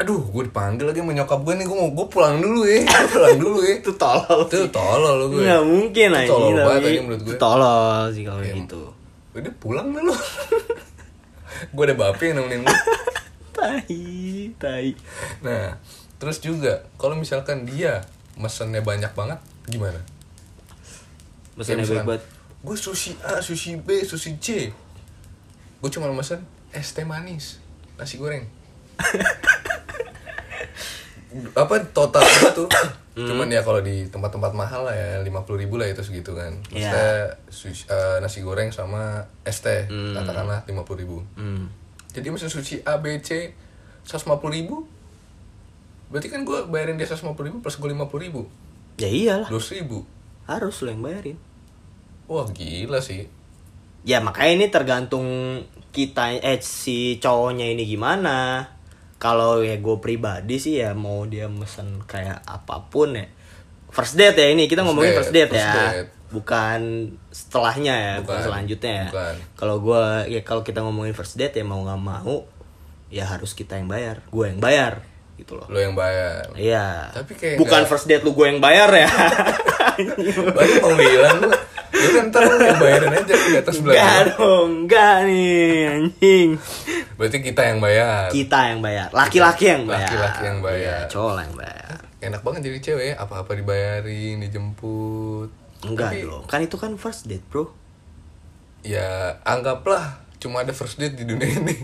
Speaker 1: aduh gue dipanggil lagi menyokap gue nih gue mau gue pulang dulu ya gue pulang dulu
Speaker 2: [laughs]
Speaker 1: ya
Speaker 2: itu tolol
Speaker 1: itu tolol lo gue
Speaker 2: nggak mungkin
Speaker 1: Itu
Speaker 2: aja
Speaker 1: tolol banget
Speaker 2: tapi
Speaker 1: aja menurut gue. Iya,
Speaker 2: itu tolol sih kalau gitu
Speaker 1: udah pulang dah lu [laughs] gue ada bape yang nemenin
Speaker 2: [laughs]
Speaker 1: lu
Speaker 2: tai tai
Speaker 1: nah terus juga kalau misalkan dia mesennya banyak banget gimana
Speaker 2: mesinnya baik banget
Speaker 1: gue sushi A sushi B sushi C gue cuma mesen es teh manis nasi goreng apa total itu cuman ya kalau di tempat-tempat mahal lah ya lima ribu lah itu segitu kan Maksudnya sushi- eh, nasi goreng sama es teh katakanlah lima ribu
Speaker 2: hmm.
Speaker 1: jadi misalnya sushi A, B, C 150 ribu Berarti kan gue bayarin dia 150 ribu plus gue 50 ribu
Speaker 2: ya iyalah
Speaker 1: 200 ribu
Speaker 2: harus lu yang bayarin
Speaker 1: Wah gila sih
Speaker 2: ya makanya ini tergantung kita eh si cowoknya ini gimana kalau ya gue pribadi sih ya mau dia mesen kayak apapun ya first date ya ini kita ngomongin
Speaker 1: date,
Speaker 2: first date
Speaker 1: first
Speaker 2: ya
Speaker 1: date.
Speaker 2: bukan setelahnya ya bukan,
Speaker 1: Bukan,
Speaker 2: selanjutnya ya
Speaker 1: bukan.
Speaker 2: kalau gue ya kalau kita ngomongin first date ya mau nggak mau ya harus kita yang bayar gue yang bayar gitu loh
Speaker 1: Lo yang bayar
Speaker 2: iya
Speaker 1: Tapi kayak
Speaker 2: bukan
Speaker 1: nggak-
Speaker 2: first date lu gue yang bayar
Speaker 1: [laughs]
Speaker 2: ya
Speaker 1: Baru mau bilang lu Lu kan ntar lu yang bayarin aja di atas belakang
Speaker 2: Enggak dong, enggak nih anjing
Speaker 1: Berarti kita yang bayar
Speaker 2: kita yang bayar laki-laki yang bayar
Speaker 1: Laki-laki yang bayar.
Speaker 2: Iya, cowok lah yang bayar
Speaker 1: Enak banget jadi cewek ya, Apa-apa dibayarin, dijemput
Speaker 2: enggak
Speaker 1: Tapi,
Speaker 2: dong kan itu kan first date bro [laughs]
Speaker 1: Ya anggaplah Cuma ada first date di dunia
Speaker 2: [laughs]
Speaker 1: ini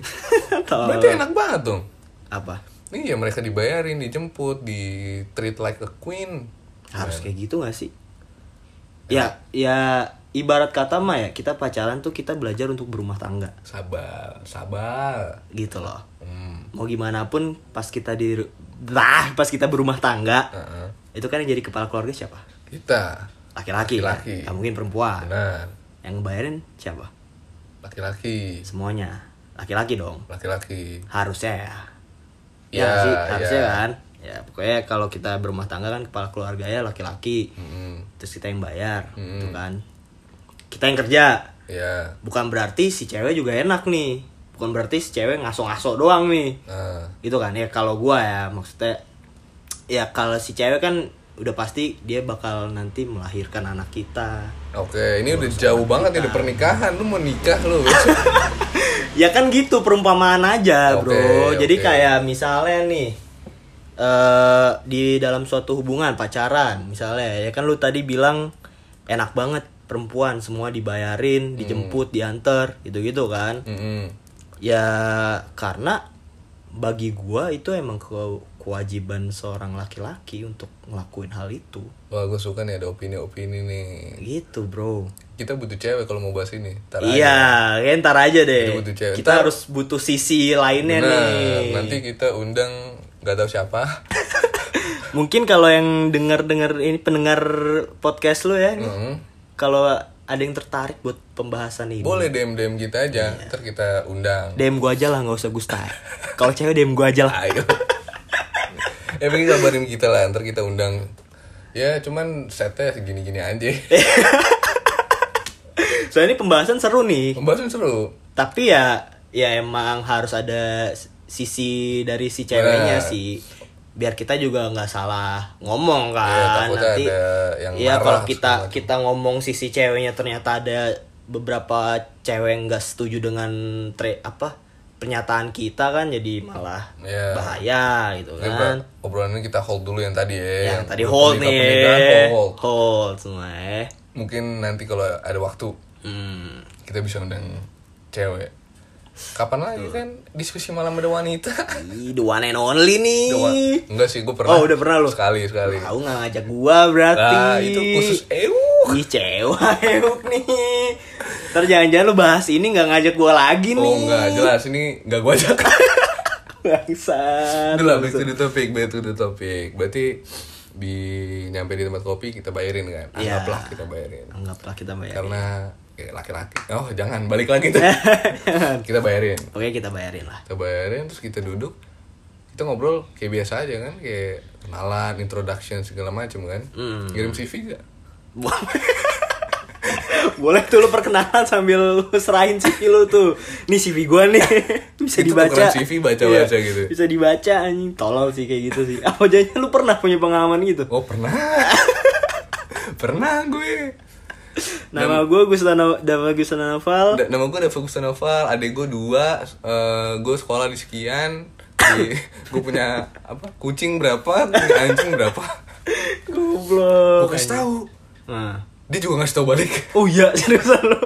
Speaker 2: Tolol.
Speaker 1: Berarti enak banget dong
Speaker 2: apa
Speaker 1: Iya mereka dibayarin, dijemput, di treat like a queen Iya.
Speaker 2: harus kayak gitu gak sih ya ya ibarat kata mah ya kita pacaran tuh kita belajar untuk berumah tangga
Speaker 1: Sabar, sabar.
Speaker 2: gitu loh
Speaker 1: Hmm.
Speaker 2: mau gimana pun pas kita di bah pas kita berumah tangga
Speaker 1: uh-uh.
Speaker 2: itu kan yang jadi kepala keluarga siapa
Speaker 1: Kita
Speaker 2: laki-laki kan?
Speaker 1: Laki-laki.
Speaker 2: Nggak mungkin perempuan
Speaker 1: benar
Speaker 2: yang bayarin siapa
Speaker 1: laki-laki,
Speaker 2: semuanya laki-laki dong
Speaker 1: laki-laki.
Speaker 2: harusnya ya ya,
Speaker 1: Ya,
Speaker 2: nggak sih harusnya
Speaker 1: ya.
Speaker 2: kan ya pokoknya kalau kita berumah tangga kan kepala keluarga ya laki-laki
Speaker 1: Hmm.
Speaker 2: terus kita yang bayar
Speaker 1: Mm-mm.
Speaker 2: gitu kan kita yang kerja
Speaker 1: Ya.
Speaker 2: bukan berarti si cewek juga enak nih bukan berarti si cewek ngaso-ngaso doang nih
Speaker 1: Nah,
Speaker 2: gitu kan ya kalau gua ya maksudnya ya kalau si cewek kan udah pasti dia bakal nanti melahirkan anak kita
Speaker 1: oke, ini udah jauh banget ya udah pernikahan. Lu mau nikah lu besok.
Speaker 2: ya kan gitu perumpamaan aja
Speaker 1: Oke,
Speaker 2: bro jadi
Speaker 1: oke.
Speaker 2: kayak misalnya nih eh di dalam suatu hubungan pacaran misalnya ya kan lu tadi bilang enak banget perempuan semua
Speaker 1: Hmm.
Speaker 2: dibayarin dijemput diantar gitu gitu kan
Speaker 1: Mm-mm.
Speaker 2: ya karena bagi gua itu emang ke- kewajiban seorang laki-laki untuk ngelakuin hal itu
Speaker 1: Wah, gue suka nih ada opini-opini nih.
Speaker 2: gitu bro
Speaker 1: Kita butuh cewek kalau mau bahas ini. Ntar aja.
Speaker 2: iya ya ntar aja deh
Speaker 1: Itu butuh cewek.
Speaker 2: kita
Speaker 1: Ntar-
Speaker 2: harus butuh sisi lainnya
Speaker 1: Benar.
Speaker 2: nih
Speaker 1: Nanti kita undang nggak tahu siapa.
Speaker 2: Mungkin kalau yang dengar-dengar ini pendengar podcast lu ya, nih,
Speaker 1: Mm.
Speaker 2: kalau ada yang tertarik buat pembahasan ini,
Speaker 1: Boleh DM-DM kita aja,
Speaker 2: Iya.
Speaker 1: ntar kita undang.
Speaker 2: DM gua aja lah nggak usah Gusta. kalau cewek DM gua aja lah.
Speaker 1: ayo ya pengen kabarin kita lah ntar kita undang ya cuman setnya segini-gini aja
Speaker 2: Eh. Soalnya ini pembahasan seru nih.
Speaker 1: pembahasan seru
Speaker 2: Tapi ya ya emang harus ada s- sisi dari si ceweknya
Speaker 1: Benar.
Speaker 2: sih. Biar kita juga nggak salah ngomong kan.
Speaker 1: Iya, takutnya
Speaker 2: Nanti
Speaker 1: ada yang
Speaker 2: Iya,
Speaker 1: marah, gitu.
Speaker 2: kalau kita
Speaker 1: segala macam.
Speaker 2: kita ngomong sisi ceweknya ternyata ada beberapa cewek yang nggak setuju dengan tre apa pernyataan kita kan jadi malah
Speaker 1: Iya.
Speaker 2: bahaya gitu
Speaker 1: Ini
Speaker 2: kan.
Speaker 1: ber- obrolan ini kita hold dulu yang tadi ya
Speaker 2: yang tadi hold
Speaker 1: berita pernikahan,
Speaker 2: nih.
Speaker 1: kan, hold.
Speaker 2: Hold, semua ya.
Speaker 1: mungkin nanti kalau ada waktu
Speaker 2: Hmm.
Speaker 1: kita bisa undang cewek kapan lagi kan diskusi malam ada wanita
Speaker 2: Ih, the one and only nih.
Speaker 1: Coba. enggak sih gue pernah
Speaker 2: Oh, udah pernah lu?
Speaker 1: sekali sekali
Speaker 2: Tahu nggak ngajak gua berarti.
Speaker 1: nah itu khusus uh, ewu
Speaker 2: Ih cewek Euk nih Ntar jangan-jangan lu bahas ini nggak ngajak gua lagi nih
Speaker 1: oh enggak jelas ini enggak gue ajak
Speaker 2: Bangsat
Speaker 1: Udah lah, back to the topic, back to the topic. Berarti di nyampe di tempat kopi kita bayarin kan
Speaker 2: Iya.
Speaker 1: anggaplah kita bayarin
Speaker 2: anggaplah kita bayarin
Speaker 1: karena ya, laki-laki oh jangan balik
Speaker 2: [laughs]
Speaker 1: lagi tuh kita bayarin
Speaker 2: oke kita bayarin lah [laughs]
Speaker 1: kita bayarin terus kita duduk kita ngobrol kayak biasa aja kan kayak kenalan introduction segala macam kan
Speaker 2: Hmm.
Speaker 1: kirim cv gak
Speaker 2: boleh tuh lu perkenalan sambil lu serahin CV lu tuh nih CV gua
Speaker 1: [laughs]
Speaker 2: nih bisa
Speaker 1: Itu
Speaker 2: dibaca
Speaker 1: tukeran CV, baca-baca
Speaker 2: Iya,
Speaker 1: gitu.
Speaker 2: bisa dibaca anjing tolol sih kayak gitu sih apa jadinya lu pernah punya pengalaman gitu
Speaker 1: oh
Speaker 2: [laughs]
Speaker 1: pernah pernah gue
Speaker 2: nama gua Gustana nama Gustana Naval
Speaker 1: Da- nama gue Dava Gustanoval, adek gue dua, eh, gue sekolah di sekian,
Speaker 2: [laughs]
Speaker 1: di, gue punya apa kucing berapa, punya anjing berapa, gue
Speaker 2: goblok
Speaker 1: kasih
Speaker 2: anjing.
Speaker 1: tahu,
Speaker 2: Nah.
Speaker 1: dia juga ngasih tahu balik.
Speaker 2: oh iya [laughs] seriusan lu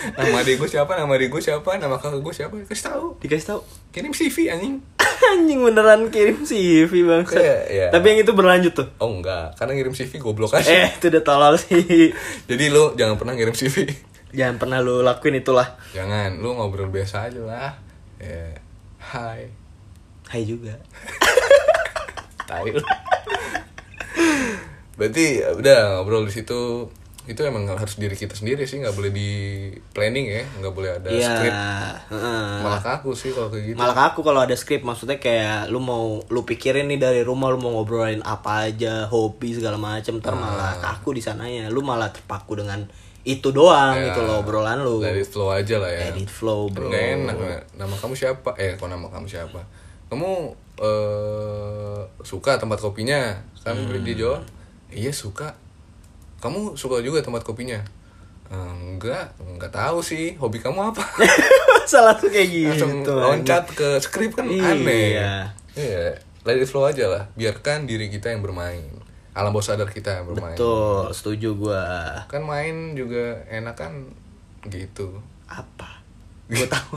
Speaker 1: Nama adek gue siapa, nama adek gue siapa, nama kakak gue siapa, kasih tahu.
Speaker 2: dikasih tahu
Speaker 1: Kirim CV anjing.
Speaker 2: [laughs] anjing beneran kirim CV bang
Speaker 1: Kayak, ya.
Speaker 2: tapi yang itu berlanjut tuh
Speaker 1: Oh enggak, karena ngirim CV goblok aja.
Speaker 2: eh itu udah tolol sih
Speaker 1: Jadi lu jangan pernah ngirim CV.
Speaker 2: jangan pernah lu lakuin itulah
Speaker 1: Jangan, lu ngobrol biasa aja lah. Ya, Hai,
Speaker 2: hai juga
Speaker 1: tai lu. Berarti ya, udah ngobrol di situ itu emang harus diri kita sendiri sih nggak boleh di planning ya nggak boleh ada
Speaker 2: iya
Speaker 1: script
Speaker 2: heeh.
Speaker 1: malah kaku sih kalau kayak gitu
Speaker 2: malah ke aku kalau ada skrip maksudnya kayak lu mau lu pikirin nih dari rumah lu mau ngobrolin apa aja hobi segala macem
Speaker 1: Ah.
Speaker 2: ntar malah kaku di sananya lu malah terpaku dengan itu doang
Speaker 1: Ya.
Speaker 2: itu lo obrolan lu
Speaker 1: dari flow aja lah ya
Speaker 2: edit flow bro
Speaker 1: nggak
Speaker 2: [laughs]
Speaker 1: enak nggak? nama kamu siapa eh kok nama kamu siapa kamu eh suka tempat kopinya kan
Speaker 2: Hmm.
Speaker 1: dia jawab iya suka kamu suka juga tempat kopinya enggak enggak tahu sih hobi kamu apa
Speaker 2: salah tuh kayak [laughs] gitu
Speaker 1: langsung
Speaker 2: anjing.
Speaker 1: loncat ke skrip kan
Speaker 2: Iya.
Speaker 1: aneh iya let it flow aja lah biarkan diri kita yang bermain alam bawah sadar kita yang bermain
Speaker 2: Betul, setuju gua.
Speaker 1: kan main juga enak kan gitu
Speaker 2: Apa? Gua tahu.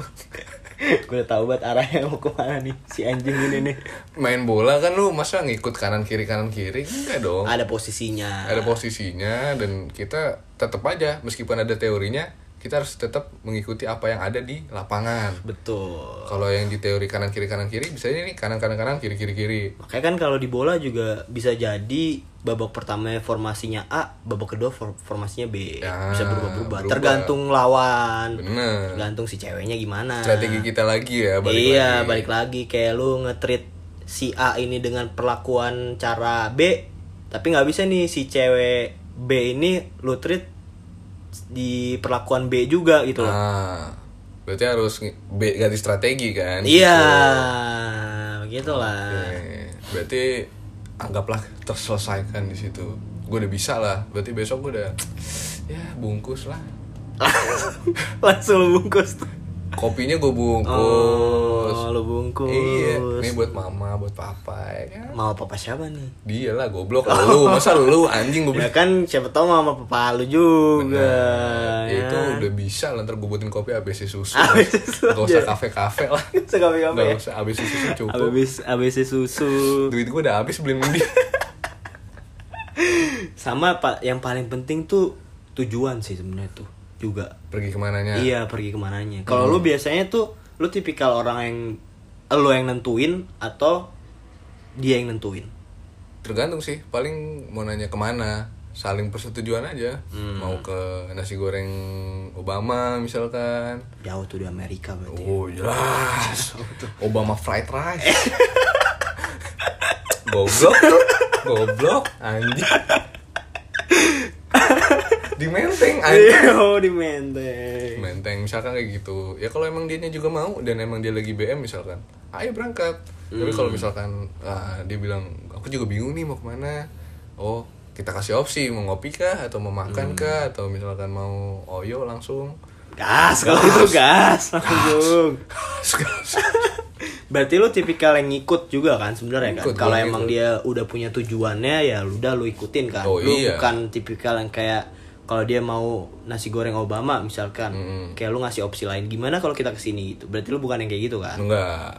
Speaker 2: [laughs] gua udah tahu banget arahnya mau kemana nih si anjing ini nih.
Speaker 1: main bola kan lu masa ngikut kanan kiri kanan kiri enggak dong
Speaker 2: Ada posisinya.
Speaker 1: Oh. ada posisinya dan kita tetap aja meskipun ada teorinya kita harus tetap mengikuti apa yang ada di lapangan
Speaker 2: Betul.
Speaker 1: kalau yang di teori kanan kiri kanan kiri bisa ini kanan kanan kanan kiri kiri kiri
Speaker 2: Makanya kan kalau di bola juga bisa jadi babak pertama formasinya A, babak kedua for- formasinya B.
Speaker 1: Ya,
Speaker 2: bisa berubah-berubah
Speaker 1: berubah.
Speaker 2: tergantung lawan,
Speaker 1: bener
Speaker 2: tergantung si ceweknya gimana.
Speaker 1: strategi kita lagi ya balik
Speaker 2: iya,
Speaker 1: lagi.
Speaker 2: balik lagi kayak lu nge-treat si A ini dengan perlakuan cara B, tapi nggak bisa nih si cewek B ini lu treat di perlakuan B juga gitu loh.
Speaker 1: Ah, berarti harus nge- be- ganti strategi kan?
Speaker 2: iya, begitulah.
Speaker 1: Oke, Eh, Berarti anggaplah terselesaikan di situ. Gue udah bisa lah. Berarti besok gue udah ya bungkus lah.
Speaker 2: [laughs] Langsung lu bungkus. tuh.
Speaker 1: Kopinya gue bungkus.
Speaker 2: Oh, lu bungkus.
Speaker 1: Iya, ini buat mama, buat papa ya. kan?
Speaker 2: Mau papa siapa nih?
Speaker 1: Dia lah goblok [laughs] lu, masa lu anjing gue
Speaker 2: Ya kan siapa tahu mama papa lu juga.
Speaker 1: Ya itu
Speaker 2: ya. [laughs]
Speaker 1: udah bisa lah, ntar gue buatin kopi ABC Ah, susu Iya,
Speaker 2: ABC susu
Speaker 1: Gak usah
Speaker 2: aja.
Speaker 1: kafe-kafe [laughs] lah
Speaker 2: Sekali
Speaker 1: Gak
Speaker 2: ya.
Speaker 1: usah ABC susu cukup
Speaker 2: Abis ABC susu.
Speaker 1: Duit gue udah habis beliin [laughs] mandi
Speaker 2: sama pak yang paling penting tuh tujuan sih sebenarnya tuh juga
Speaker 1: Pergi kemananya
Speaker 2: iya pergi kemananya kalau
Speaker 1: Hmm.
Speaker 2: lu biasanya tuh lu tipikal orang yang lo yang nentuin atau dia yang nentuin
Speaker 1: tergantung sih paling mau nanya kemana saling persetujuan aja mau ke nasi goreng Obama misalkan
Speaker 2: jauh tuh di Amerika berarti
Speaker 1: oh [laughs] jelas Obama fried rice [laughs] goblok goblok anjing di menteng anjing
Speaker 2: [laughs] Iya, di Menteng.
Speaker 1: menteng misalkan kayak gitu ya kalau emang dianya juga mau dan emang dia lagi BM misalkan ayo berangkat tapi kalau misalkan ah, dia bilang aku juga bingung nih mau kemana oh kita kasih opsi mau ngopi kah atau mau makan kah atau misalkan mau oyo langsung [laughs]
Speaker 2: Gas kalau itu gas langsung. Berarti lu tipikal yang ngikut juga kan sebenarnya kan.
Speaker 1: Ngikut,
Speaker 2: Kalau
Speaker 1: gua
Speaker 2: emang
Speaker 1: ngikut.
Speaker 2: dia udah punya tujuannya ya lu udah lu ikutin kan.
Speaker 1: Oh,
Speaker 2: lu
Speaker 1: iya.
Speaker 2: bukan tipikal yang kayak kalau dia mau nasi goreng Obama misalkan,
Speaker 1: Mm.
Speaker 2: kayak lu ngasih opsi lain gimana kalau kita kesini gitu. Berarti lu bukan yang kayak gitu kan.
Speaker 1: enggak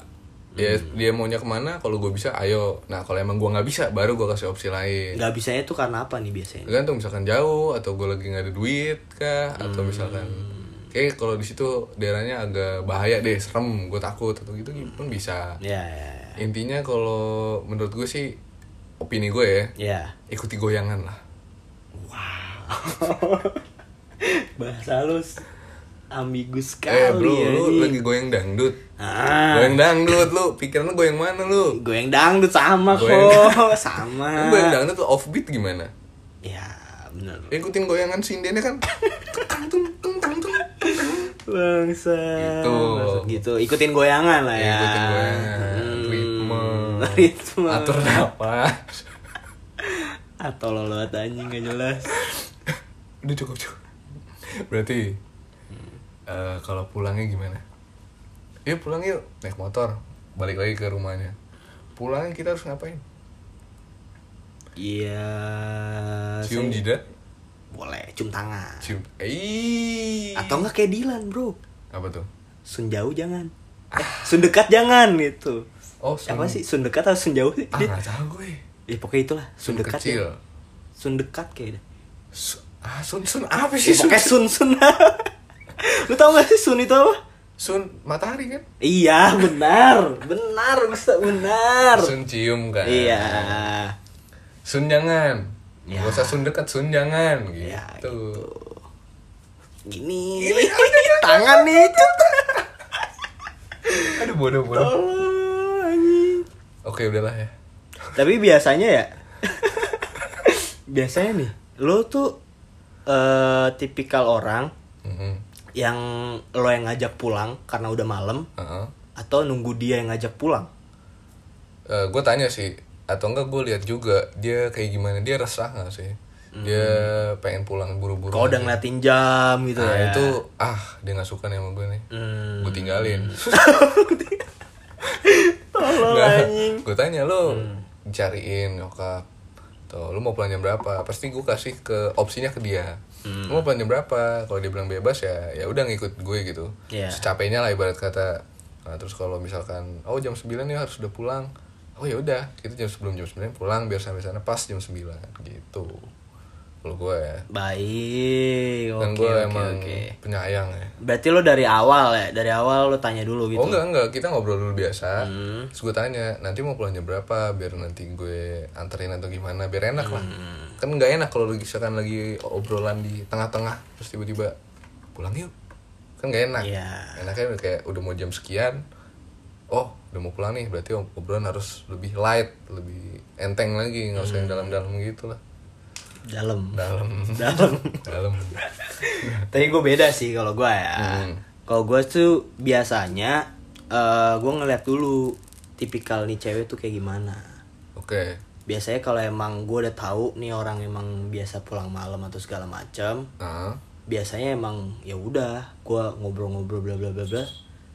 Speaker 1: dia dia maunya kemana kalau gue bisa ayo nah kalau emang gue nggak bisa baru gue kasih opsi lain
Speaker 2: Gak bisanya tuh karena apa nih biasanya?
Speaker 1: tergantung misalkan jauh atau gue lagi nggak ada duit kah atau misalkan kayak kalau di situ daerahnya agak bahaya deh serem
Speaker 2: Iya.
Speaker 1: gue takut atau gitu pun bisa
Speaker 2: Ya, ya, ya.
Speaker 1: intinya kalau menurut gue sih opini gue ya
Speaker 2: Ya. [laughs]
Speaker 1: ikuti goyangan lah
Speaker 2: Bahasa halus ambigus sekali
Speaker 1: eh bro
Speaker 2: ya
Speaker 1: lu
Speaker 2: ini.
Speaker 1: lagi goyang dangdut
Speaker 2: Ah,
Speaker 1: goyang dangdut lu pikiran lu goyang mana lu
Speaker 2: goyang dangdut sama
Speaker 1: Goyang- Lu
Speaker 2: kok, sama.
Speaker 1: goyang dangdut lu offbeat gimana
Speaker 2: Ya, benar.
Speaker 1: ikutin goyangan sindennya kan Tekang, tung, tung, tung, tung, tung.
Speaker 2: Bangsa.
Speaker 1: Gitu.
Speaker 2: Maksud gitu. Ikutin goyangan lah ya.
Speaker 1: ikutin goyangan
Speaker 2: Hmm.
Speaker 1: ritme
Speaker 2: [laughs] Ritme. [laughs]
Speaker 1: atur napas
Speaker 2: Atau lo lewat anjing gak jelas.
Speaker 1: udah cukup cukup berarti eh, kalau pulangnya gimana yuk pulang yuk naik motor balik lagi ke rumahnya pulangnya kita harus ngapain
Speaker 2: Iya.
Speaker 1: cium
Speaker 2: Nah, saya-
Speaker 1: jidat
Speaker 2: Boleh, cium tangan.
Speaker 1: cium eh
Speaker 2: Atau enggak kayak Dilan, Bro.
Speaker 1: apa tuh
Speaker 2: Sun jauh jangan. Eh, sun dekat jangan gitu.
Speaker 1: Ah. oh sun-
Speaker 2: Apa sih sun dekat atau sun jauh sih?
Speaker 1: ah
Speaker 2: Dia-
Speaker 1: nggak tahu gue
Speaker 2: Ya pokoknya itulah
Speaker 1: sun
Speaker 2: sun, dekat.
Speaker 1: kecil
Speaker 2: ya. Sun dekat
Speaker 1: [laughs]
Speaker 2: kayaknya.
Speaker 1: Su- ah sun sun apa
Speaker 2: Ya,
Speaker 1: sih sun
Speaker 2: pokoknya sun sun. [laughs] Lu tau gak sih sun itu apa?
Speaker 1: sun matahari kan
Speaker 2: Iya benar, benar bisa benar.
Speaker 1: sun cium kan
Speaker 2: Iya.
Speaker 1: sun jangan
Speaker 2: Ya.
Speaker 1: Gak usah sun dekat, sun jangan gitu.
Speaker 2: Ya, gitu. Gini. Tangan nih.
Speaker 1: Aduh bodoh bodoh.
Speaker 2: Tolong, anjing.
Speaker 1: Oke udahlah ya.
Speaker 2: Tapi biasanya ya. biasanya nih, lo tuh eh tipikal orang
Speaker 1: Mhm.
Speaker 2: yang lo yang ngajak pulang karena udah malam
Speaker 1: Heeh.
Speaker 2: atau nunggu dia yang ngajak pulang.
Speaker 1: gue Eh, tanya sih atau enggak gue lihat juga dia kayak gimana dia resah nggak sih dia
Speaker 2: Mm-hmm.
Speaker 1: pengen pulang buru-buru
Speaker 2: Kalau udah ngeliatin jam gitu
Speaker 1: nah
Speaker 2: ya.
Speaker 1: itu ah dia nggak suka nih sama gue nih
Speaker 2: Hmm.
Speaker 1: gue tinggalin
Speaker 2: Tolong anjing.
Speaker 1: gue tanya lo
Speaker 2: Hmm.
Speaker 1: cariin nyokap tuh lu mau pulang jam berapa pasti gue kasih ke opsinya ke dia
Speaker 2: Hmm.
Speaker 1: lu mau pulang jam berapa kalau dia bilang bebas ya ya udah ngikut gue gitu
Speaker 2: Iya.
Speaker 1: secapeknya lah ibarat kata Nah, terus kalau misalkan oh jam 9 ya harus udah pulang oh ya udah kita jam sebelum jam 9 pulang biar sampai sana pas jam 9 gitu kalau gue ya
Speaker 2: Baik.
Speaker 1: dan gue
Speaker 2: Oke oke
Speaker 1: emang
Speaker 2: oke.
Speaker 1: penyayang ya
Speaker 2: Berarti lo dari awal ya, dari awal lo tanya dulu gitu.
Speaker 1: Oh enggak enggak, kita ngobrol dulu biasa.
Speaker 2: Hmm.
Speaker 1: Terus gue tanya, nanti mau pulangnya berapa? Biar nanti gue anterin atau gimana? Biar enak lah.
Speaker 2: Hmm.
Speaker 1: Kan nggak enak kalau lagi misalkan lagi obrolan di tengah-tengah terus tiba-tiba pulang yuk. Kan nggak enak.
Speaker 2: Iya.
Speaker 1: Enaknya udah kayak udah mau jam sekian. Oh, udah mau pulang nih. Berarti obrolan harus lebih light, lebih enteng lagi, nggak usah yang
Speaker 2: Hmm.
Speaker 1: dalam-dalam gitu lah.
Speaker 2: Dalam. [laughs]
Speaker 1: Dalam.
Speaker 2: Dalam.
Speaker 1: dalam.
Speaker 2: Tapi gue beda sih kalau gue ya.
Speaker 1: Hmm.
Speaker 2: Kalau gue tuh biasanya eh gue ngeliat dulu tipikal nih cewek tuh kayak gimana.
Speaker 1: Oke.
Speaker 2: Biasanya kalau emang gue udah tahu nih orang emang biasa pulang malam atau segala macam,
Speaker 1: Ah.
Speaker 2: biasanya emang ya udah gue ngobrol-ngobrol bla bla bla bla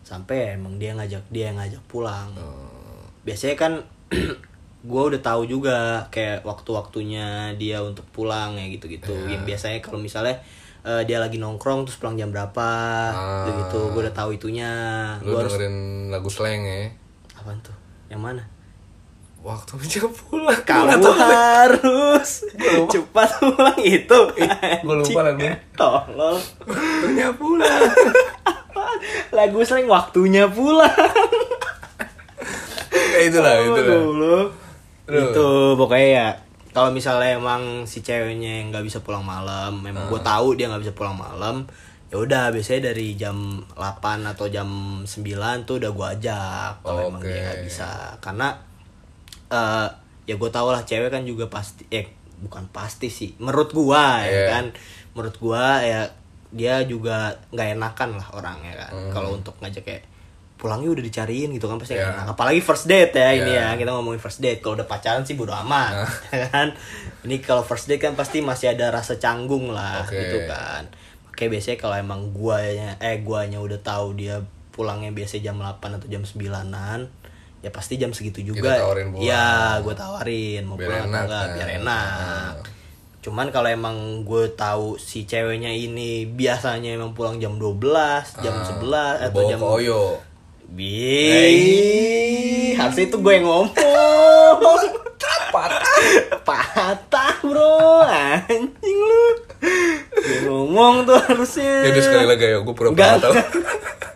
Speaker 2: sampai emang dia ngajak dia yang ngajak pulang.
Speaker 1: Eh,
Speaker 2: biasanya kan [clears throat] gue udah tahu juga kayak waktu-waktunya dia untuk pulang ya gitu-gitu
Speaker 1: Iya.
Speaker 2: Ya, biasanya kalau misalnya eh, dia lagi nongkrong terus pulang jam berapa
Speaker 1: Ah.
Speaker 2: gitu gue udah tahu itunya
Speaker 1: lu
Speaker 2: gue harus
Speaker 1: dengerin lagu slang ya?
Speaker 2: apa tuh yang mana
Speaker 1: Waktu aja pulang.
Speaker 2: kamu
Speaker 1: [laughs]
Speaker 2: harus cepat pulang itu
Speaker 1: gua lupa lagunya.
Speaker 2: tolol
Speaker 1: Waktunya pulang. [laughs]
Speaker 2: lagu sering waktunya pulang
Speaker 1: ya itulah, itulah.
Speaker 2: dulu.
Speaker 1: Aduh.
Speaker 2: Itu pokoknya ya kalau misalnya emang si ceweknya yang nggak bisa pulang malam, memang
Speaker 1: Ah.
Speaker 2: gue tahu dia nggak bisa pulang malam, ya udah biasanya dari jam 8 atau jam 9 tuh udah gue ajak kalau emang dia
Speaker 1: Oke.
Speaker 2: nggak bisa karena eh ya gue tau lah cewek kan juga pasti eh bukan pasti sih menurut gua ya
Speaker 1: Iya.
Speaker 2: kan menurut gua ya dia juga nggak enakan lah orangnya kan
Speaker 1: Hmm.
Speaker 2: kalau untuk ngajak kayak pulangnya udah dicariin gitu kan pasti nggak
Speaker 1: Iya.
Speaker 2: enak apalagi first date ya ini ya
Speaker 1: Iya.
Speaker 2: kita ngomongin first date kalau udah pacaran sih bodo amat
Speaker 1: Nah.
Speaker 2: [laughs] ya kan ini kalau first date kan pasti masih ada rasa canggung lah
Speaker 1: Oke.
Speaker 2: gitu kan Oke biasanya kalau emang guanya eh guanya udah tahu dia pulangnya biasanya jam 8 atau jam 9-an ya pasti jam segitu juga
Speaker 1: tawarin pulang.
Speaker 2: ya gue tawarin mau
Speaker 1: Biar
Speaker 2: pulang atau
Speaker 1: enak,
Speaker 2: enggak
Speaker 1: kan?
Speaker 2: biar enak
Speaker 1: Ah.
Speaker 2: cuman kalau emang gue tahu si ceweknya ini biasanya emang pulang jam 12 jam
Speaker 1: Ah,
Speaker 2: 11 atau
Speaker 1: bawa
Speaker 2: jam
Speaker 1: ke Oyo.
Speaker 2: Bi, harusnya itu gue yang ngomong. Patah, patah bro, anjing lu. Gue yang ngomong tuh
Speaker 1: Ya
Speaker 2: harusnya.
Speaker 1: udah sekali lagi ayo, gue pura-pura
Speaker 2: Enggak, [laughs]
Speaker 1: nggak tahu.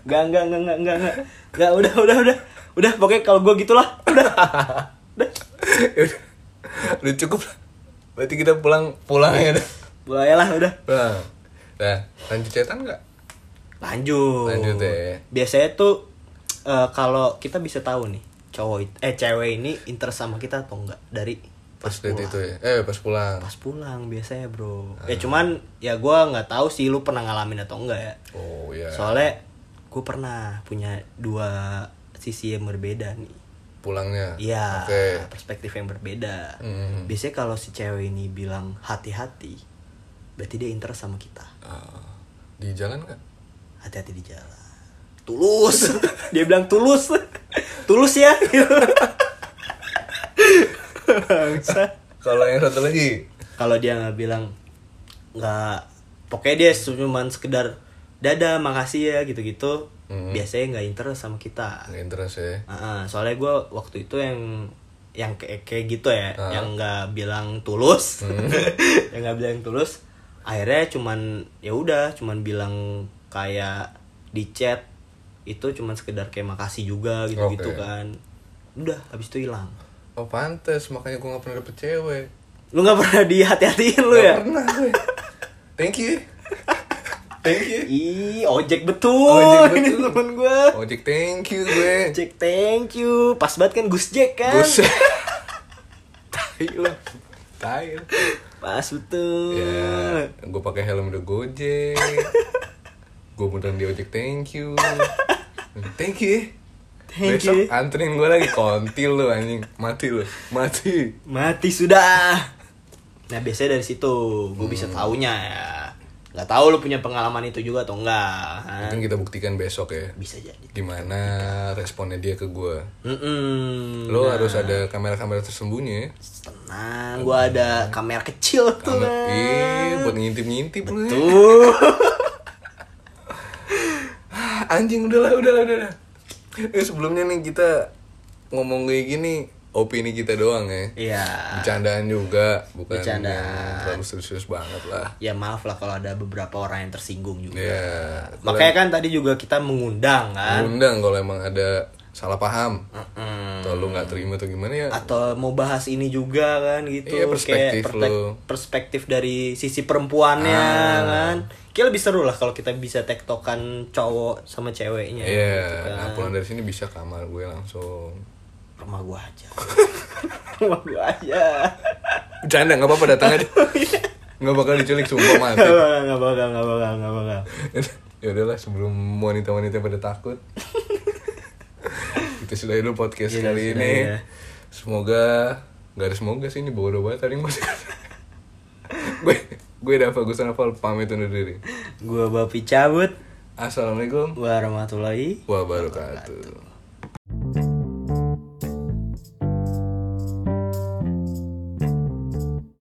Speaker 2: enggak, enggak, enggak, enggak, enggak, enggak, enggak, udah, udah, udah, udah, pokoknya kalau gue gitulah, udah, udah,
Speaker 1: Ya udah. udah cukup lah berarti kita pulang pulang ya dah.
Speaker 2: Boleh lah udah.
Speaker 1: pulang nah lanjut cetan nggak
Speaker 2: Lanjut.
Speaker 1: Lanjut ya.
Speaker 2: Biasanya tuh eh, kalau kita bisa tahu nih cowok it- eh cewek ini interest sama kita atau enggak dari
Speaker 1: pas date itu ya eh pas pulang
Speaker 2: pas pulang biasanya bro
Speaker 1: Ah.
Speaker 2: ya cuman ya gua nggak tahu sih lu pernah ngalamin atau enggak ya
Speaker 1: oh ya
Speaker 2: soalnya gue pernah punya dua sisi yang berbeda nih
Speaker 1: pulangnya
Speaker 2: Iya,
Speaker 1: oke
Speaker 2: perspektif yang berbeda.
Speaker 1: Hmm.
Speaker 2: Biasanya kalau si cewek ini bilang hati-hati, berarti dia interest sama kita.
Speaker 1: Ah, di jalan kan
Speaker 2: Hati-hati di jalan. Tulus. [laughs] dia bilang tulus. [laughs] tulus ya. [laughs] Bangsa.
Speaker 1: kalau yang satu lagi
Speaker 2: kalau dia nggak bilang nggak pokoknya dia cuma sekedar dadah makasih ya gitu-gitu
Speaker 1: Hmm.
Speaker 2: biasanya nggak interest sama kita
Speaker 1: nggak interest ya
Speaker 2: Heeh, soalnya gue waktu itu yang yang kayak kayak gitu
Speaker 1: Heeh.
Speaker 2: ya,
Speaker 1: Mm-hmm.
Speaker 2: yang nggak bilang tulus, [laughs] yang nggak bilang tulus, akhirnya cuman ya udah, cuman bilang kayak di chat itu cuman sekedar kayak makasih juga gitu gitu
Speaker 1: Oke.
Speaker 2: kan, udah habis itu hilang.
Speaker 1: oh pantes makanya gue nggak pernah dapet cewek
Speaker 2: Lu nggak pernah dihati-hatiin lu
Speaker 1: Nggak
Speaker 2: ya?
Speaker 1: pernah gue thank you
Speaker 2: [laughs]
Speaker 1: thank you
Speaker 2: Ih, ojek betul,
Speaker 1: Ojek
Speaker 2: [laughs] ini
Speaker 1: betul.
Speaker 2: temen gue.
Speaker 1: ojek thank you gue
Speaker 2: Ojek thank you, pas banget kan Gus Jack kan?
Speaker 1: Buset. tai lu tai lu.
Speaker 2: Pas betul.
Speaker 1: ya gue pakai helm udah gojek gue beneran di ojek thank you thank you eh.
Speaker 2: Thank
Speaker 1: Besok
Speaker 2: you.
Speaker 1: anterin gue lagi kontil lu anjing Mati lu Mati
Speaker 2: mati sudah nah biasanya dari situ gue bisa
Speaker 1: Hmm.
Speaker 2: taunya ya nggak tahu lu punya pengalaman itu juga atau enggak kan?
Speaker 1: Mungkin kita buktikan besok ya
Speaker 2: bisa jadi
Speaker 1: Gimana responnya dia ke gue
Speaker 2: Mm-mm.
Speaker 1: Lo harus ada kamera-kamera tersembunyi ya
Speaker 2: tenang gue ada kamera kecil tuh
Speaker 1: Kamer-
Speaker 2: kan.
Speaker 1: Ih, Iya, buat ngintip-ngintip lu ya.
Speaker 2: tuh
Speaker 1: Ah, Anjing udahlah udahlah udahlah Eh, Sebelumnya nih kita ngomong kayak gini Opini kita doang ya
Speaker 2: iya
Speaker 1: Bercandaan juga Bukan
Speaker 2: Bercandaan.
Speaker 1: yang terlalu serius banget lah
Speaker 2: ya maaf lah kalau ada beberapa orang yang tersinggung juga
Speaker 1: Ya
Speaker 2: Iya. makanya kan tadi juga kita mengundang kan
Speaker 1: Undang kalau emang ada salah paham
Speaker 2: Mm.
Speaker 1: Atau lu gak terima atau gimana ya
Speaker 2: atau mau bahas ini juga kan gitu
Speaker 1: Iya, perspektif
Speaker 2: kayak
Speaker 1: lu.
Speaker 2: perspek-
Speaker 1: Ah.
Speaker 2: perspektif dari sisi perempuannya kan kayak lebih seru lah kalau kita bisa tektokan cowok sama ceweknya
Speaker 1: Iya,
Speaker 2: gitu kan.
Speaker 1: nah pulang dari sini bisa ke kamar gue langsung.
Speaker 2: rumah gua
Speaker 1: [laughs]
Speaker 2: aja rumah gua aja
Speaker 1: Bercanda, nggak apa-apa datang
Speaker 2: [laughs]
Speaker 1: aja.
Speaker 2: Oh, iya.
Speaker 1: Nggak bakal diculik, sumpah mati.
Speaker 2: nggak bakal nggak bakal nggak bakal nggak bakal
Speaker 1: [laughs] ya udahlah sebelum wanita-wanita pada
Speaker 2: [laughs]
Speaker 1: takut. Kita sudahi dulu podcast
Speaker 2: Iya,
Speaker 1: kali
Speaker 2: sudah,
Speaker 1: ini.
Speaker 2: ya.
Speaker 1: Semoga nggak ada semoga sih ini bodoh banget tadi masih. [laughs] gue gue Dava Gusana Fal pamit undur diri.
Speaker 2: gua bapi cabut
Speaker 1: Assalamualaikum
Speaker 2: warahmatullahi
Speaker 1: wabarakatuh.